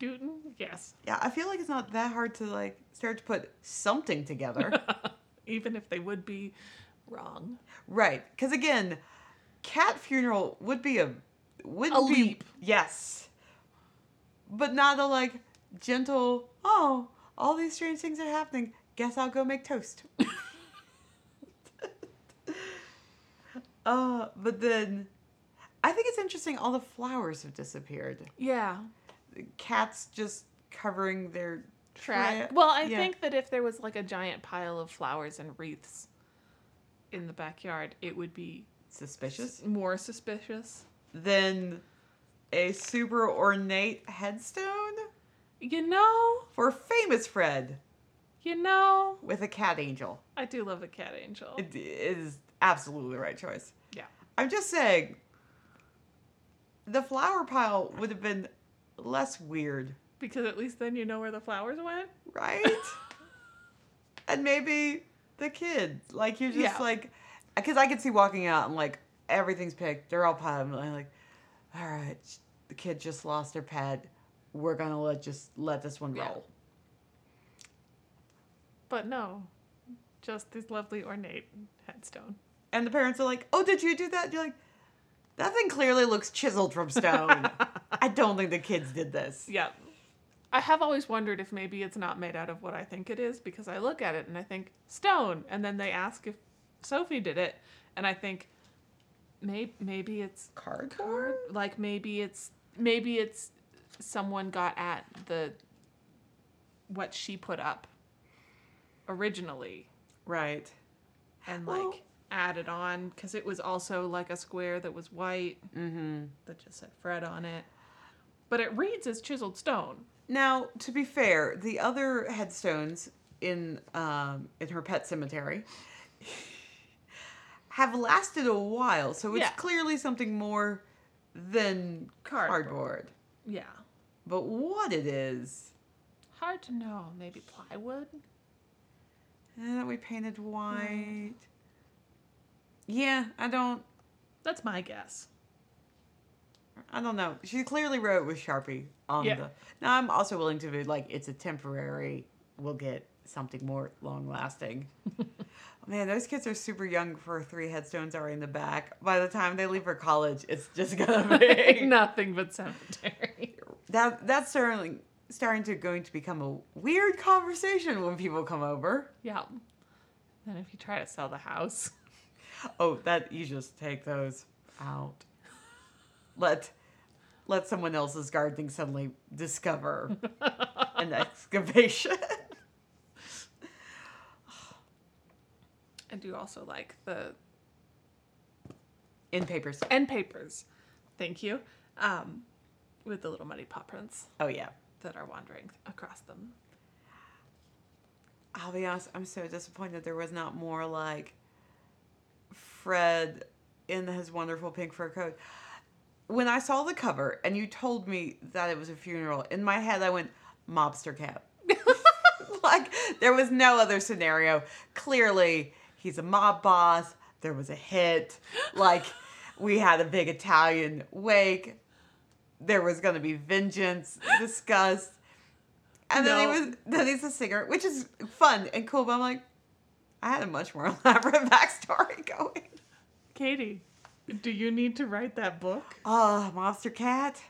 [SPEAKER 2] Dootin? Yes. (laughs)
[SPEAKER 1] yeah, I feel like it's not that hard to like start to put something
[SPEAKER 2] (laughs)
[SPEAKER 1] together,
[SPEAKER 2] Even if they would be wrong.
[SPEAKER 1] right? Because again, cat funeral would be a would
[SPEAKER 2] A
[SPEAKER 1] be
[SPEAKER 2] leap.
[SPEAKER 1] yes, but not a like gentle. Oh, all these strange things are happening. Guess I'll go make toast. (laughs) uh, but then, I think it's interesting. All the flowers have disappeared.
[SPEAKER 2] Yeah.
[SPEAKER 1] Cats just covering their tra-
[SPEAKER 2] Track. Well, I
[SPEAKER 1] yeah.
[SPEAKER 2] think that if there was like a giant pile of flowers and wreaths in the backyard, it would be
[SPEAKER 1] suspicious.
[SPEAKER 2] more suspicious.
[SPEAKER 1] than a super ornate headstone
[SPEAKER 2] You know,
[SPEAKER 1] for famous Fred
[SPEAKER 2] you know,
[SPEAKER 1] with a cat angel.
[SPEAKER 2] I do love the cat angel.
[SPEAKER 1] It is absolutely the right choice.
[SPEAKER 2] yeah.
[SPEAKER 1] I'm just saying, the flower pile would have been less weird,
[SPEAKER 2] Because at least then you know where the flowers went. (laughs)
[SPEAKER 1] right? and maybe the kid, like you're just
[SPEAKER 2] Yeah.
[SPEAKER 1] like, because I could see walking out and like everything's picked, they're all piled, and I'm like, all right, the kid just lost their pet. We're gonna let just let this one
[SPEAKER 2] Yeah.
[SPEAKER 1] roll.
[SPEAKER 2] But no, just this lovely ornate headstone.
[SPEAKER 1] And the parents are like, "Oh, did you do that?" You're like, "That thing clearly looks chiseled from
[SPEAKER 2] (laughs)
[SPEAKER 1] stone." I don't think the kids did this.
[SPEAKER 2] Yeah. I have always wondered if maybe it's not made out of what I think it is because I look at it and I think stone, and then they ask if Sophie did it, and I think maybe maybe it's
[SPEAKER 1] Cardboard?
[SPEAKER 2] like maybe it's maybe it's someone got at the what she put up originally
[SPEAKER 1] Right.
[SPEAKER 2] and like
[SPEAKER 1] Well-
[SPEAKER 2] added on because it was also like a square that was white
[SPEAKER 1] Mm-hmm.
[SPEAKER 2] that just said Fred on it, but it reads as chiseled stone.
[SPEAKER 1] Now, to be fair, the other headstones in um, in her pet cemetery (laughs) have lasted a while, so it's
[SPEAKER 2] Yeah.
[SPEAKER 1] clearly something more than
[SPEAKER 2] Cardboard.
[SPEAKER 1] cardboard.
[SPEAKER 2] Yeah.
[SPEAKER 1] But what it is,
[SPEAKER 2] Hard to know. Maybe plywood?
[SPEAKER 1] and that eh, we painted
[SPEAKER 2] Mm.
[SPEAKER 1] white. Yeah, I don't.
[SPEAKER 2] That's my (laughs) guess.
[SPEAKER 1] I don't know. She clearly wrote with Sharpie on
[SPEAKER 2] Yeah.
[SPEAKER 1] the. Now I'm also willing to be like it's a temporary. We'll get something more long lasting. Man, those kids are super young for three headstones already in the back. By the time they leave for college, it's just gonna
[SPEAKER 2] (laughs)
[SPEAKER 1] be
[SPEAKER 2] Nothing but cemetery. (laughs)
[SPEAKER 1] that. That's certainly starting to going to become a weird conversation when people come over.
[SPEAKER 2] yeah. Then if you try to sell the house.
[SPEAKER 1] Oh, that you just take those out. Let let someone else's gardening suddenly (laughs) discover an excavation.
[SPEAKER 2] I do also like the
[SPEAKER 1] In papers.
[SPEAKER 2] end papers. Thank you. Um, with the little muddy paw prints
[SPEAKER 1] Oh yeah.
[SPEAKER 2] that are wandering across them.
[SPEAKER 1] I'll be honest, I'm so disappointed there was not more like Fred in his wonderful pink fur coat. When I saw the cover and you told me that it was a funeral, in my head I went, mobster cap. (laughs) like, there was no other scenario. Clearly, he's a mob boss. There was a hit. Like, we had a big Italian wake. There was going to be vengeance discussed. And
[SPEAKER 2] No.
[SPEAKER 1] then he was then he's a singer, which is fun and cool, but I'm like, I had a much more (laughs) elaborate backstory (laughs) going.
[SPEAKER 2] Katie, do you need to write that book?
[SPEAKER 1] Oh, monster cat.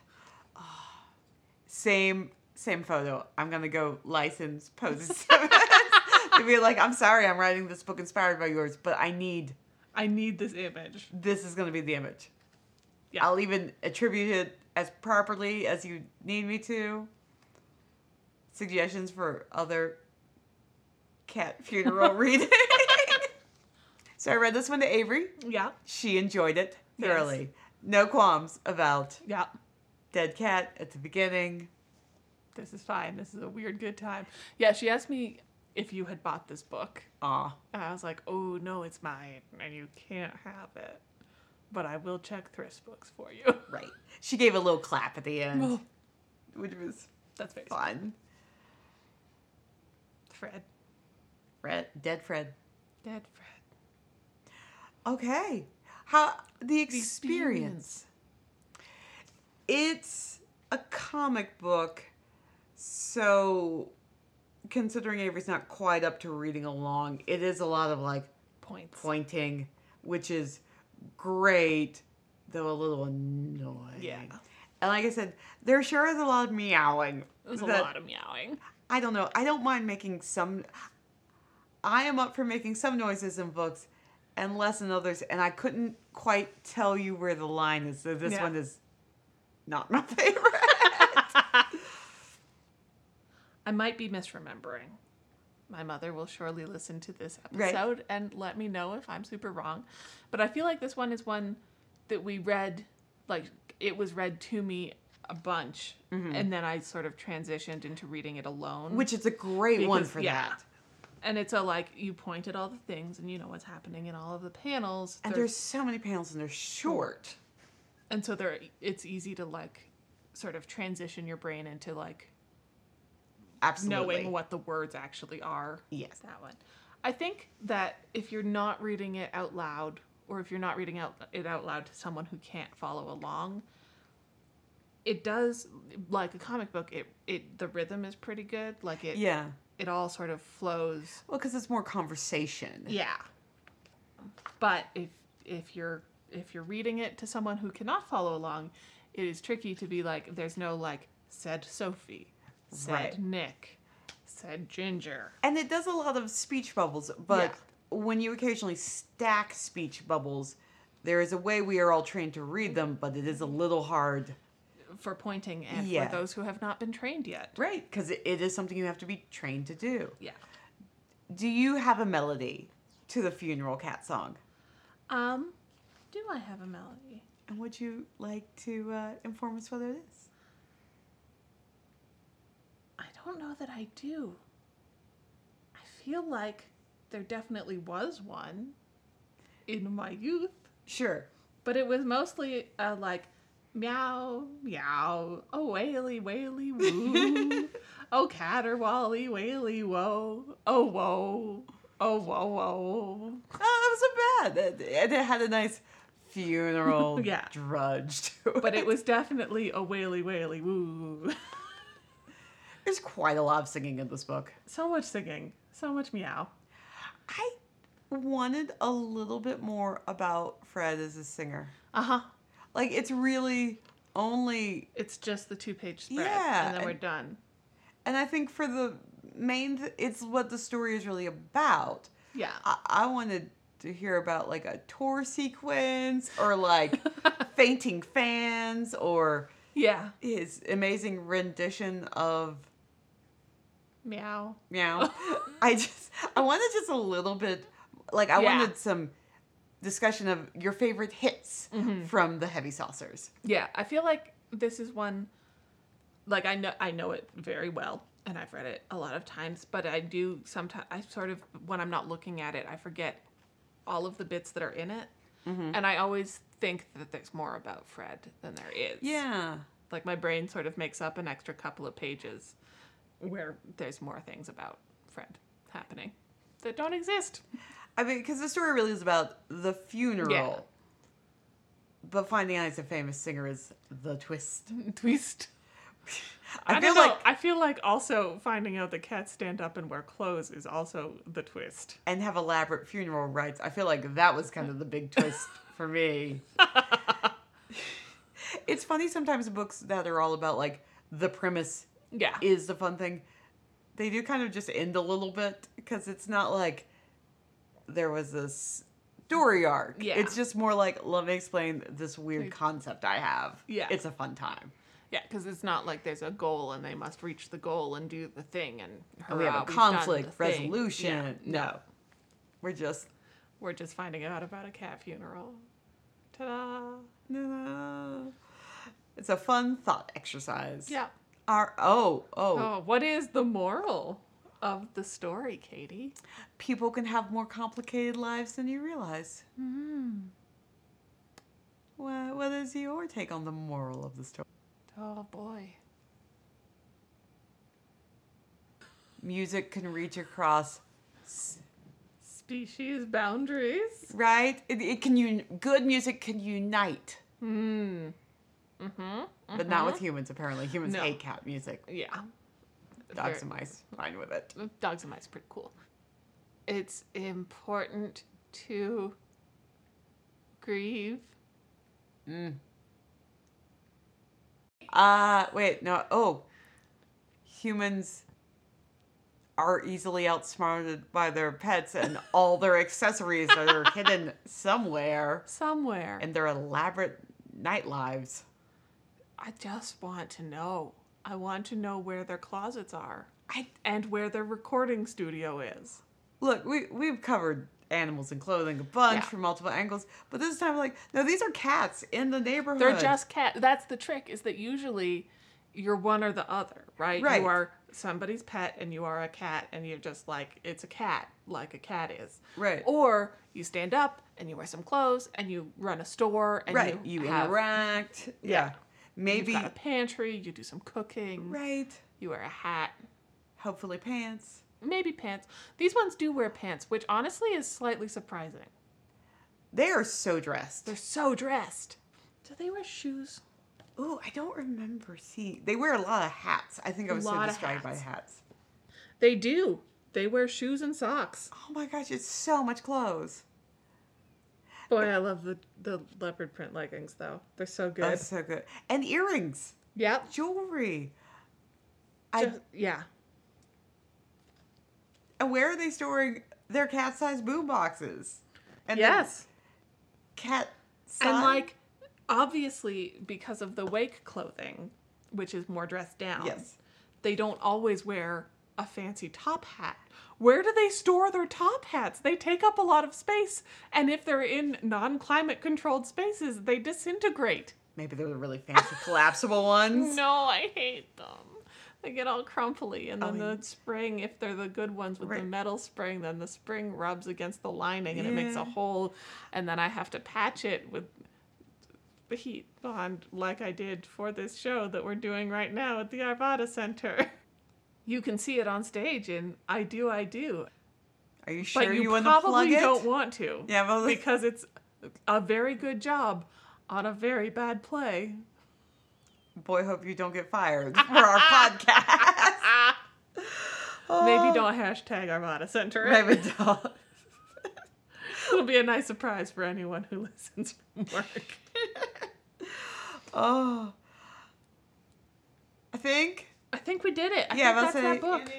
[SPEAKER 1] Ah, same same photo. I'm gonna go license
[SPEAKER 2] (laughs)
[SPEAKER 1] poses (laughs) to be like, I'm sorry, I'm writing this book inspired by yours, but I need
[SPEAKER 2] I need this image.
[SPEAKER 1] this is gonna be the image.
[SPEAKER 2] Yeah.
[SPEAKER 1] I'll even attribute it as properly as you need me to. Suggestions for other cat
[SPEAKER 2] (laughs)
[SPEAKER 1] funeral reading. so I read this one to Avery.
[SPEAKER 2] Yeah.
[SPEAKER 1] She enjoyed it
[SPEAKER 2] Yes.
[SPEAKER 1] thoroughly. No qualms about
[SPEAKER 2] Yeah.
[SPEAKER 1] dead cat at the beginning.
[SPEAKER 2] This is fine. This is a weird good time. Yeah, she asked me if you had bought this book.
[SPEAKER 1] Aw.
[SPEAKER 2] And I was like, oh, no, it's mine, and you can't have it. But I will check thrift books for you.
[SPEAKER 1] Right. She gave a little clap at the end,
[SPEAKER 2] Oh,
[SPEAKER 1] which was
[SPEAKER 2] That's very sweet.
[SPEAKER 1] fun.
[SPEAKER 2] Fred.
[SPEAKER 1] Fred, dead Fred.
[SPEAKER 2] Dead Fred.
[SPEAKER 1] Okay. How the experience. It's a comic book, so considering Avery's not quite up to reading along, it is a lot of like
[SPEAKER 2] Points.
[SPEAKER 1] pointing, which is great, though a little annoying.
[SPEAKER 2] Yeah.
[SPEAKER 1] And like I said, there sure is a lot of meowing.
[SPEAKER 2] There's a
[SPEAKER 1] that-
[SPEAKER 2] lot of meowing.
[SPEAKER 1] I don't know. I don't mind making some. I am up for making some noises in books, and less in others. And I couldn't quite tell you where the line is. So this
[SPEAKER 2] Yeah.
[SPEAKER 1] one is not my (laughs) favorite.
[SPEAKER 2] I might be misremembering. My mother will surely listen to this
[SPEAKER 1] Right.
[SPEAKER 2] episode and let me know if I'm super wrong. But I feel like this one is one that we read, like, it was read to me a bunch. And then I sort of transitioned into reading it alone.
[SPEAKER 1] Mm-hmm. Which is a great one
[SPEAKER 2] Because-
[SPEAKER 1] for
[SPEAKER 2] yeah.
[SPEAKER 1] that.
[SPEAKER 2] And it's a like, you point at all the things and you know what's happening in all of the panels.
[SPEAKER 1] And
[SPEAKER 2] They're-
[SPEAKER 1] there's so many panels, and they're short.
[SPEAKER 2] and so they're, it's easy to like sort of transition your brain into like
[SPEAKER 1] Absolutely.
[SPEAKER 2] knowing what the words actually are.
[SPEAKER 1] Yes.
[SPEAKER 2] That one. I think that if you're not reading it out loud, or if you're not reading out it out loud to someone who can't follow along, it does like a comic book. It it the rhythm is pretty good. Like it
[SPEAKER 1] Yeah.
[SPEAKER 2] it all sort of flows.
[SPEAKER 1] Well, because it's more conversation.
[SPEAKER 2] Yeah. But if if you're if you're reading it to someone who cannot follow along, it is tricky to be like there's no like said Sophie, said
[SPEAKER 1] Right.
[SPEAKER 2] Nick, said Ginger.
[SPEAKER 1] And it does a lot of speech bubbles, but
[SPEAKER 2] Yeah.
[SPEAKER 1] when you occasionally stack speech bubbles, there is a way we are all trained to read them, but it is a little hard.
[SPEAKER 2] for pointing and
[SPEAKER 1] Yeah.
[SPEAKER 2] for those who have not been trained yet.
[SPEAKER 1] Right, because it it is something you have to be trained to do.
[SPEAKER 2] Yeah.
[SPEAKER 1] Do you have a melody to the funeral cat song?
[SPEAKER 2] Um, do I have a melody?
[SPEAKER 1] And would you like to uh, inform us whether it is?
[SPEAKER 2] I don't know that I do. I feel like there definitely was one in my youth,
[SPEAKER 1] Sure.
[SPEAKER 2] but it was mostly uh, like meow, meow, oh waily, waily, (laughs) woo, oh caterwally, waily, whoa, oh whoa, oh whoa, whoa.
[SPEAKER 1] Oh, that wasn't bad. It, it had a nice funeral (laughs)
[SPEAKER 2] Yeah.
[SPEAKER 1] drudge to it.
[SPEAKER 2] But it was definitely a waily, waily, woo. (laughs)
[SPEAKER 1] There's quite a lot of singing in this book.
[SPEAKER 2] So much singing, so much meow.
[SPEAKER 1] I wanted a little bit more about Fred as a singer.
[SPEAKER 2] Uh huh.
[SPEAKER 1] Like it's really only
[SPEAKER 2] It's just the two page spread,
[SPEAKER 1] Yeah,
[SPEAKER 2] and then we're
[SPEAKER 1] and-
[SPEAKER 2] done.
[SPEAKER 1] and I think for the main th- it's what the story is really about.
[SPEAKER 2] Yeah.
[SPEAKER 1] I, I wanted to hear about like a tour sequence or like fainting fans or
[SPEAKER 2] yeah.
[SPEAKER 1] his amazing rendition of
[SPEAKER 2] Meow.
[SPEAKER 1] meow. I just I wanted just a little bit like I
[SPEAKER 2] Yeah.
[SPEAKER 1] wanted some discussion of your favorite hits from the heavy saucers.
[SPEAKER 2] Yeah. I feel like this is one, like I know I know it very well, and I've read it a lot of times. But I do sometimes I sort of when I'm not looking at it, I forget all of the bits that are in it, and I always think that there's more about Fred than there is.
[SPEAKER 1] Yeah.
[SPEAKER 2] Like my brain sort of makes up an extra couple of pages where there's more things about Fred happening that don't exist.
[SPEAKER 1] I mean, because the story really is about the funeral.
[SPEAKER 2] Yeah.
[SPEAKER 1] But finding out he's a famous singer is the twist.
[SPEAKER 2] (laughs) Twist.
[SPEAKER 1] I,
[SPEAKER 2] Mm,
[SPEAKER 1] feel
[SPEAKER 2] I, don't know.
[SPEAKER 1] like,
[SPEAKER 2] I feel like also finding out the cats stand up and wear clothes is also the twist.
[SPEAKER 1] and have elaborate funeral rites. I feel like that was kind of the big
[SPEAKER 2] (laughs)
[SPEAKER 1] twist for me. it's funny sometimes books that are all about like the premise
[SPEAKER 2] Yeah.
[SPEAKER 1] is the fun thing. They do kind of just end a little bit because it's not like there was this story arc.
[SPEAKER 2] Yeah.
[SPEAKER 1] It's just more like, let me explain this weird
[SPEAKER 2] Like-
[SPEAKER 1] concept I have.
[SPEAKER 2] Yeah.
[SPEAKER 1] It's a fun time.
[SPEAKER 2] Yeah, because it's not like there's a goal and they must reach the goal and do the thing and
[SPEAKER 1] And we
[SPEAKER 2] hurrah,
[SPEAKER 1] have a
[SPEAKER 2] we've done the
[SPEAKER 1] conflict
[SPEAKER 2] thing.
[SPEAKER 1] resolution.
[SPEAKER 2] Yeah,
[SPEAKER 1] No. We're just
[SPEAKER 2] we're just finding out about a cat funeral. Ta-da!
[SPEAKER 1] no. It's a fun thought exercise.
[SPEAKER 2] Yeah.
[SPEAKER 1] Our oh, oh,
[SPEAKER 2] Oh, what is the moral of the story, Katie?
[SPEAKER 1] people can have more complicated lives than you realize. Wha- what is your take on the moral of the story?
[SPEAKER 2] Oh boy.
[SPEAKER 1] Music can reach across,
[SPEAKER 2] Species boundaries.
[SPEAKER 1] right? It, it can un- good music can unite,
[SPEAKER 2] Hmm. Mm-hmm.
[SPEAKER 1] but not with humans. Apparently, humans
[SPEAKER 2] No.
[SPEAKER 1] hate cat music.
[SPEAKER 2] Yeah.
[SPEAKER 1] Dogs
[SPEAKER 2] Very-
[SPEAKER 1] and mice, fine with it.
[SPEAKER 2] Dogs and mice pretty cool. It's important to grieve.
[SPEAKER 1] Mm. Uh, wait, no. Oh, humans are easily outsmarted by their pets and all their accessories that are hidden somewhere
[SPEAKER 2] Somewhere.
[SPEAKER 1] in their elaborate night lives.
[SPEAKER 2] I just want to know. I want to know where their closets are. I, and where their recording studio is.
[SPEAKER 1] Look, we we've covered animals and clothing a bunch
[SPEAKER 2] Yeah.
[SPEAKER 1] from multiple angles, but this time, like, no, these are cats in the neighborhood.
[SPEAKER 2] They're just cat. That's the trick is that usually you're one or the other, right?
[SPEAKER 1] Right.
[SPEAKER 2] You are somebody's pet and you are a cat and you're just like, it's a cat, like a cat is.
[SPEAKER 1] Right.
[SPEAKER 2] Or you stand up and you wear some clothes and you run a store and
[SPEAKER 1] right.
[SPEAKER 2] you,
[SPEAKER 1] You,
[SPEAKER 2] have,
[SPEAKER 1] interact. Yeah,
[SPEAKER 2] You've
[SPEAKER 1] maybe
[SPEAKER 2] got a pantry, you do some cooking,
[SPEAKER 1] right.
[SPEAKER 2] you wear a hat,
[SPEAKER 1] Hopefully, pants.
[SPEAKER 2] maybe pants. These ones do wear pants, which honestly is slightly surprising.
[SPEAKER 1] They are so dressed.
[SPEAKER 2] They're so dressed. Do they wear shoes?
[SPEAKER 1] Ooh, I don't remember seeing. They wear a lot of hats. I think I was so
[SPEAKER 2] lot of
[SPEAKER 1] distracted by
[SPEAKER 2] hats.
[SPEAKER 1] hats.
[SPEAKER 2] They do. They wear shoes and socks.
[SPEAKER 1] Oh my gosh, it's so much clothes.
[SPEAKER 2] Boy, I love the, the leopard print leggings though. They're so good.
[SPEAKER 1] That's so good. And earrings,
[SPEAKER 2] yep.
[SPEAKER 1] jewelry. I,
[SPEAKER 2] Just- yeah.
[SPEAKER 1] and where are they storing their cat-sized boom boxes? And their
[SPEAKER 2] yes.
[SPEAKER 1] cat.
[SPEAKER 2] And
[SPEAKER 1] si-
[SPEAKER 2] like obviously because of the wake clothing, which is more dressed down.
[SPEAKER 1] Yes.
[SPEAKER 2] They don't always wear a fancy top hat. Where do they store their top hats? They take up a lot of space, and if they're in non-climate controlled spaces, they disintegrate.
[SPEAKER 1] maybe they're the really
[SPEAKER 2] (laughs)
[SPEAKER 1] fancy collapsible ones.
[SPEAKER 2] No, I hate them. They get all crumply, and then
[SPEAKER 1] Oh,
[SPEAKER 2] the spring, if they're the good ones with
[SPEAKER 1] Right.
[SPEAKER 2] the metal spring, then the spring rubs against the lining and it makes
[SPEAKER 1] Yeah.
[SPEAKER 2] a hole, and then I have to patch it with the heat bond like I did for this show that we're doing right now at the Arvada Center. (laughs) You can see it on stage in I Do, I Do,
[SPEAKER 1] Are you sure
[SPEAKER 2] but you,
[SPEAKER 1] want to plug
[SPEAKER 2] probably
[SPEAKER 1] it?
[SPEAKER 2] don't want to
[SPEAKER 1] yeah, but
[SPEAKER 2] (laughs)
[SPEAKER 1] like,
[SPEAKER 2] because it's a very good job on a very bad play.
[SPEAKER 1] boy, hope you don't get fired (laughs) for our
[SPEAKER 2] (laughs)
[SPEAKER 1] podcast. Oh.
[SPEAKER 2] Maybe don't hashtag Arvada Center. it.
[SPEAKER 1] Maybe don't.
[SPEAKER 2] (laughs) It'll be a nice surprise for anyone who (laughs) listens from work.
[SPEAKER 1] Oh. I think.
[SPEAKER 2] I think we did it. I
[SPEAKER 1] yeah,
[SPEAKER 2] think
[SPEAKER 1] that's
[SPEAKER 2] that's that book.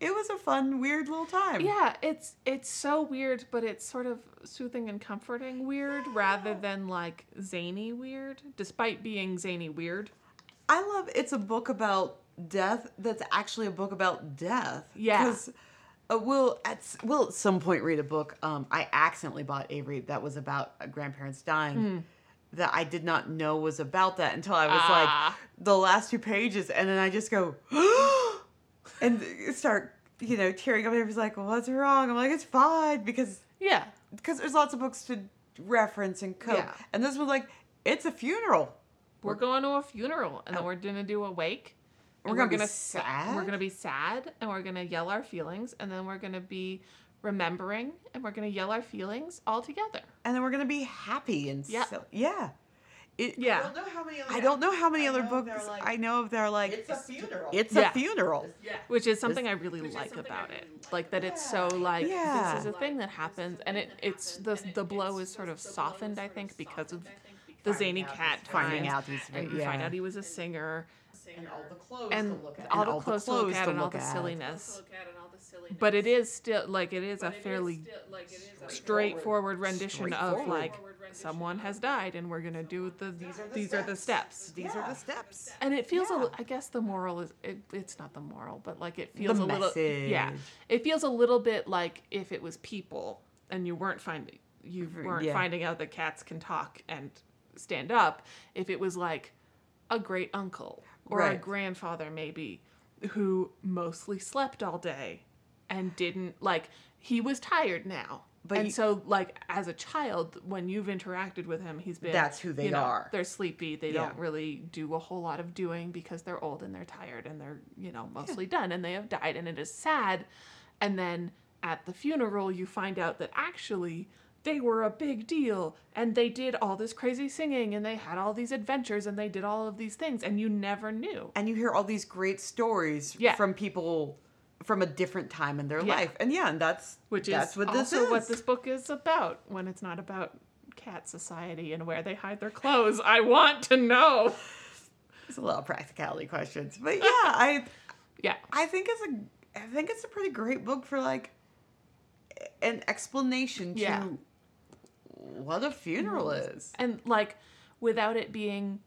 [SPEAKER 1] It was a fun, weird little time.
[SPEAKER 2] Yeah, it's it's so weird, but it's sort of soothing and comforting weird rather than like zany weird, despite being zany weird.
[SPEAKER 1] I love it's a book about death that's actually a book about death.
[SPEAKER 2] Yeah.
[SPEAKER 1] uh, we'll at s- we'll at some point read a book. Um, I accidentally bought Avery that was about uh, grandparents dying.
[SPEAKER 2] Hmm.
[SPEAKER 1] That I did not know was about that until I was
[SPEAKER 2] Ah.
[SPEAKER 1] like the last two pages, and then I just go (gasps) and start you know tearing up. And everybody's like, "What's wrong?" I'm like, "It's fine," because
[SPEAKER 2] Yeah.
[SPEAKER 1] because there's lots of books to reference and cope.
[SPEAKER 2] Yeah.
[SPEAKER 1] And this was like, it's a funeral.
[SPEAKER 2] We're going to a funeral and then we're gonna do a wake. and
[SPEAKER 1] We're gonna be
[SPEAKER 2] sa-
[SPEAKER 1] sad?
[SPEAKER 2] We're gonna be sad and we're gonna yell our feelings and then we're gonna be remembering and we're gonna yell our feelings all together.
[SPEAKER 1] And then we're gonna be happy and
[SPEAKER 2] Yeah.
[SPEAKER 1] so yeah. It,
[SPEAKER 2] Yeah.
[SPEAKER 3] don't know how many other
[SPEAKER 1] I don't know how many
[SPEAKER 3] I
[SPEAKER 1] other
[SPEAKER 3] know they're
[SPEAKER 1] books
[SPEAKER 3] like,
[SPEAKER 1] I know of that are like
[SPEAKER 3] It's a funeral.
[SPEAKER 1] It's
[SPEAKER 2] Yeah.
[SPEAKER 1] a funeral.
[SPEAKER 3] yeah.
[SPEAKER 2] which is something
[SPEAKER 1] This-
[SPEAKER 2] I really
[SPEAKER 3] is
[SPEAKER 2] like
[SPEAKER 3] something I
[SPEAKER 2] about
[SPEAKER 3] really
[SPEAKER 2] it.
[SPEAKER 3] like
[SPEAKER 2] Like that it's so like
[SPEAKER 1] Yeah.
[SPEAKER 2] this is a thing that happens, and it it's the the blow is sort of softened, I think, because of the zany cat
[SPEAKER 1] Finding
[SPEAKER 2] finds-
[SPEAKER 1] out these
[SPEAKER 2] and
[SPEAKER 1] yeah.
[SPEAKER 2] you find out he was a singer
[SPEAKER 3] And all the clothes
[SPEAKER 2] and
[SPEAKER 3] to look at.
[SPEAKER 2] all
[SPEAKER 1] And
[SPEAKER 2] the
[SPEAKER 1] all the
[SPEAKER 2] clothes to
[SPEAKER 1] clothes
[SPEAKER 2] look at
[SPEAKER 1] to
[SPEAKER 2] and all
[SPEAKER 1] look
[SPEAKER 2] the
[SPEAKER 1] at.
[SPEAKER 2] silliness.
[SPEAKER 3] Look at and all the silliness.
[SPEAKER 2] But it is still like it is
[SPEAKER 3] But
[SPEAKER 2] a
[SPEAKER 3] it is
[SPEAKER 2] fairly
[SPEAKER 3] still- like, it is a
[SPEAKER 2] straightforward rendition of
[SPEAKER 1] Straightforward.
[SPEAKER 2] like
[SPEAKER 3] Straightforward rendition
[SPEAKER 2] someone has
[SPEAKER 3] of-
[SPEAKER 2] died and we're gonna do the these
[SPEAKER 1] are the
[SPEAKER 2] steps.
[SPEAKER 1] These are
[SPEAKER 4] Yeah.
[SPEAKER 1] the steps.
[SPEAKER 2] And it feels a
[SPEAKER 1] Yeah.
[SPEAKER 2] li- I guess the moral is it, it's not the moral, but like it feels
[SPEAKER 1] The
[SPEAKER 2] a little yeah.
[SPEAKER 1] message.
[SPEAKER 2] It feels a little bit like if it was people and you weren't finding you weren't
[SPEAKER 1] yeah.
[SPEAKER 2] finding out that cats can talk and stand up, if it was like a great uncle or a
[SPEAKER 1] Right.
[SPEAKER 2] grandfather maybe who mostly slept all day and didn't like he was tired now.
[SPEAKER 1] But
[SPEAKER 2] and
[SPEAKER 1] you-
[SPEAKER 2] so like as a child when you've interacted with him he's been
[SPEAKER 1] That's who they
[SPEAKER 2] you know,
[SPEAKER 1] are.
[SPEAKER 2] They're sleepy. They
[SPEAKER 1] Yeah.
[SPEAKER 2] don't really do a whole lot of doing because they're old and they're tired and they're, you know, mostly done and they have died and it is sad. And then at the funeral, you find out that actually they were a big deal and they did all this crazy singing and they had all these adventures and they did all of these things and you never knew.
[SPEAKER 1] And you hear all these great stories
[SPEAKER 2] Yeah.
[SPEAKER 1] from people from a different time in their
[SPEAKER 2] Yeah.
[SPEAKER 1] life. And yeah, and that's
[SPEAKER 2] Which
[SPEAKER 1] that's
[SPEAKER 2] is
[SPEAKER 1] what this
[SPEAKER 2] also
[SPEAKER 1] is.
[SPEAKER 2] what this book is about when it's not about cat society and where they hide their clothes. I want to know. (laughs)
[SPEAKER 1] It's a lot of practicality questions. But yeah, I
[SPEAKER 2] Yeah.
[SPEAKER 1] I think it's a I think it's a pretty great book for like an explanation to
[SPEAKER 2] Yeah. Mm-hmm.
[SPEAKER 1] what a funeral is.
[SPEAKER 2] and like without it being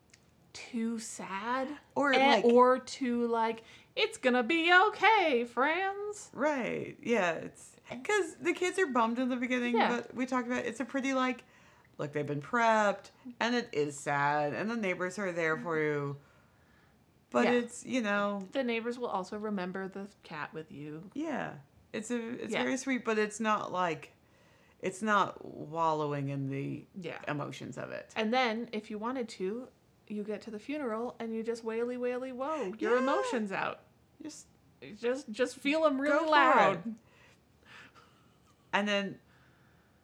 [SPEAKER 2] too sad
[SPEAKER 1] Or,
[SPEAKER 2] and-
[SPEAKER 1] like-
[SPEAKER 2] or too like it's gonna be okay friends
[SPEAKER 1] Right. Yeah, it's cuz the kids are bummed in the beginning,
[SPEAKER 2] Eh. Yeah.
[SPEAKER 1] but we talked about it's a pretty like look, they've been prepped and it is sad and the neighbors are there for you. But
[SPEAKER 2] Mm-hmm. Yeah.
[SPEAKER 1] it's, you know,
[SPEAKER 2] the neighbors will also remember the cat with you
[SPEAKER 1] yeah. It's a it's
[SPEAKER 2] Yeah.
[SPEAKER 1] very sweet, but it's not like it's not wallowing in the
[SPEAKER 2] Yeah.
[SPEAKER 1] emotions of it.
[SPEAKER 2] and then if you wanted to you get to the funeral and you just waily waily whoa your
[SPEAKER 1] Yeah.
[SPEAKER 2] emotions out
[SPEAKER 1] Just
[SPEAKER 2] just just feel them
[SPEAKER 1] Go
[SPEAKER 2] really
[SPEAKER 1] for
[SPEAKER 2] loud
[SPEAKER 1] it. And then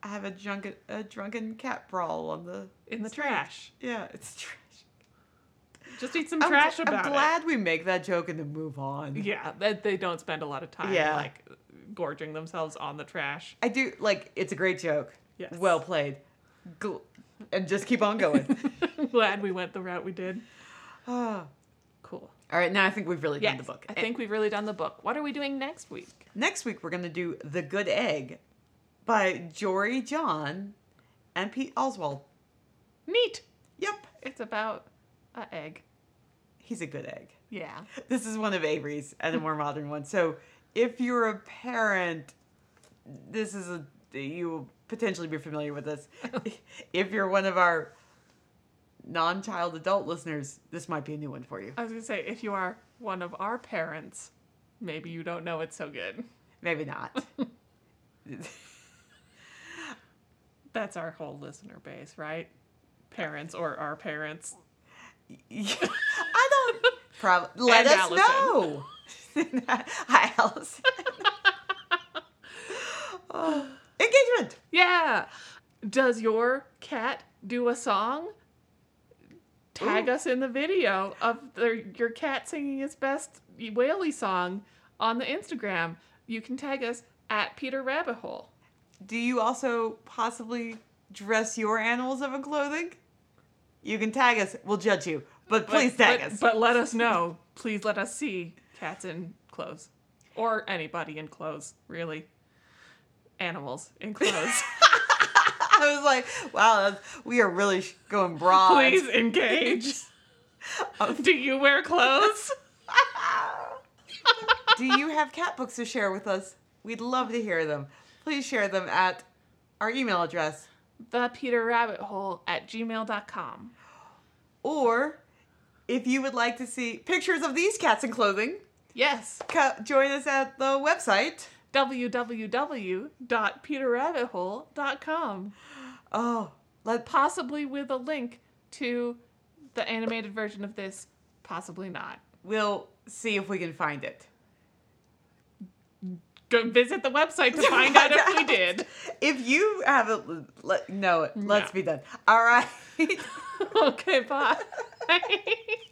[SPEAKER 1] I have a drunken a drunken cat brawl on the
[SPEAKER 2] in the trash
[SPEAKER 1] yeah, it's trash.
[SPEAKER 2] just eat some
[SPEAKER 1] I'm gl-
[SPEAKER 2] trash
[SPEAKER 1] I'm,
[SPEAKER 2] about it
[SPEAKER 1] glad we make that joke and then move on.
[SPEAKER 2] yeah that they don't spend a lot of time
[SPEAKER 1] Yeah.
[SPEAKER 2] like gorging themselves on the trash (laughs)
[SPEAKER 1] I do like it's a great joke.
[SPEAKER 2] Yes.
[SPEAKER 1] Well played. Gl- and just keep on going.
[SPEAKER 2] (laughs) glad we went the route we did
[SPEAKER 1] Ah.
[SPEAKER 2] cool
[SPEAKER 1] All right, now I think we've really
[SPEAKER 2] Yeah,
[SPEAKER 1] done the book.
[SPEAKER 2] I think we've really done the book. What are we doing next week?
[SPEAKER 1] Next week we're gonna do The Good Egg by Jory John and Pete Oswald.
[SPEAKER 2] Neat.
[SPEAKER 1] Yep,
[SPEAKER 2] It's about a egg.
[SPEAKER 1] he's a good egg.
[SPEAKER 2] Yeah.
[SPEAKER 1] this is one of Avery's and
[SPEAKER 2] (laughs)
[SPEAKER 1] a more modern one. So if you're a parent, this is a you will potentially be familiar with
[SPEAKER 2] (laughs)
[SPEAKER 1] this. if you're one of our non-child adult listeners, this might be a new one for you.
[SPEAKER 2] I was gonna say if you are one of our parents, maybe you don't know it's so good.
[SPEAKER 1] Maybe not.
[SPEAKER 2] That's our whole listener base, right? Parents or our parents.
[SPEAKER 1] (laughs) I don't. Probably let
[SPEAKER 2] And
[SPEAKER 1] us
[SPEAKER 2] Allison.
[SPEAKER 1] know. (laughs) Hi, Allison. Oh, (laughs) engagement.
[SPEAKER 2] Yeah. Does your cat do a song? Tag us in the video of their, your cat singing its best whaley song on the Instagram. You can tag us at Peter Rabbit Hole.
[SPEAKER 1] Do you also possibly dress your animals up in clothing? You can tag us. We'll judge you. But
[SPEAKER 2] But-
[SPEAKER 1] please tag
[SPEAKER 2] but-
[SPEAKER 1] us.
[SPEAKER 2] But let us know. Please let us see cats in clothes. Or anybody in clothes, really. Animals
[SPEAKER 1] (laughs)
[SPEAKER 2] in clothes.
[SPEAKER 1] (laughs) I was like, wow, that's, we are really sh- going broad.
[SPEAKER 2] Please
[SPEAKER 1] (laughs)
[SPEAKER 2] engage. Um, Do you wear clothes?
[SPEAKER 1] Do you have cat books to share with us? We'd love to hear them. Please share them at our email address
[SPEAKER 2] The Peter Rabbit Hole at gmail.com.
[SPEAKER 1] or if you would like to see pictures of these cats in clothing,
[SPEAKER 2] Yes.
[SPEAKER 1] co- join us at the website.
[SPEAKER 2] www.peterrabbithole.com.
[SPEAKER 1] Oh, let
[SPEAKER 2] Possibly with a link to the animated version of this, possibly not.
[SPEAKER 1] we'll see if we can find it.
[SPEAKER 2] Go visit the website
[SPEAKER 1] (laughs)
[SPEAKER 2] to find out if we did.
[SPEAKER 1] If you haven't, let, no, let's
[SPEAKER 2] No.
[SPEAKER 1] (laughs)
[SPEAKER 2] (laughs)
[SPEAKER 1] be done. All right.
[SPEAKER 2] okay, bye. (laughs)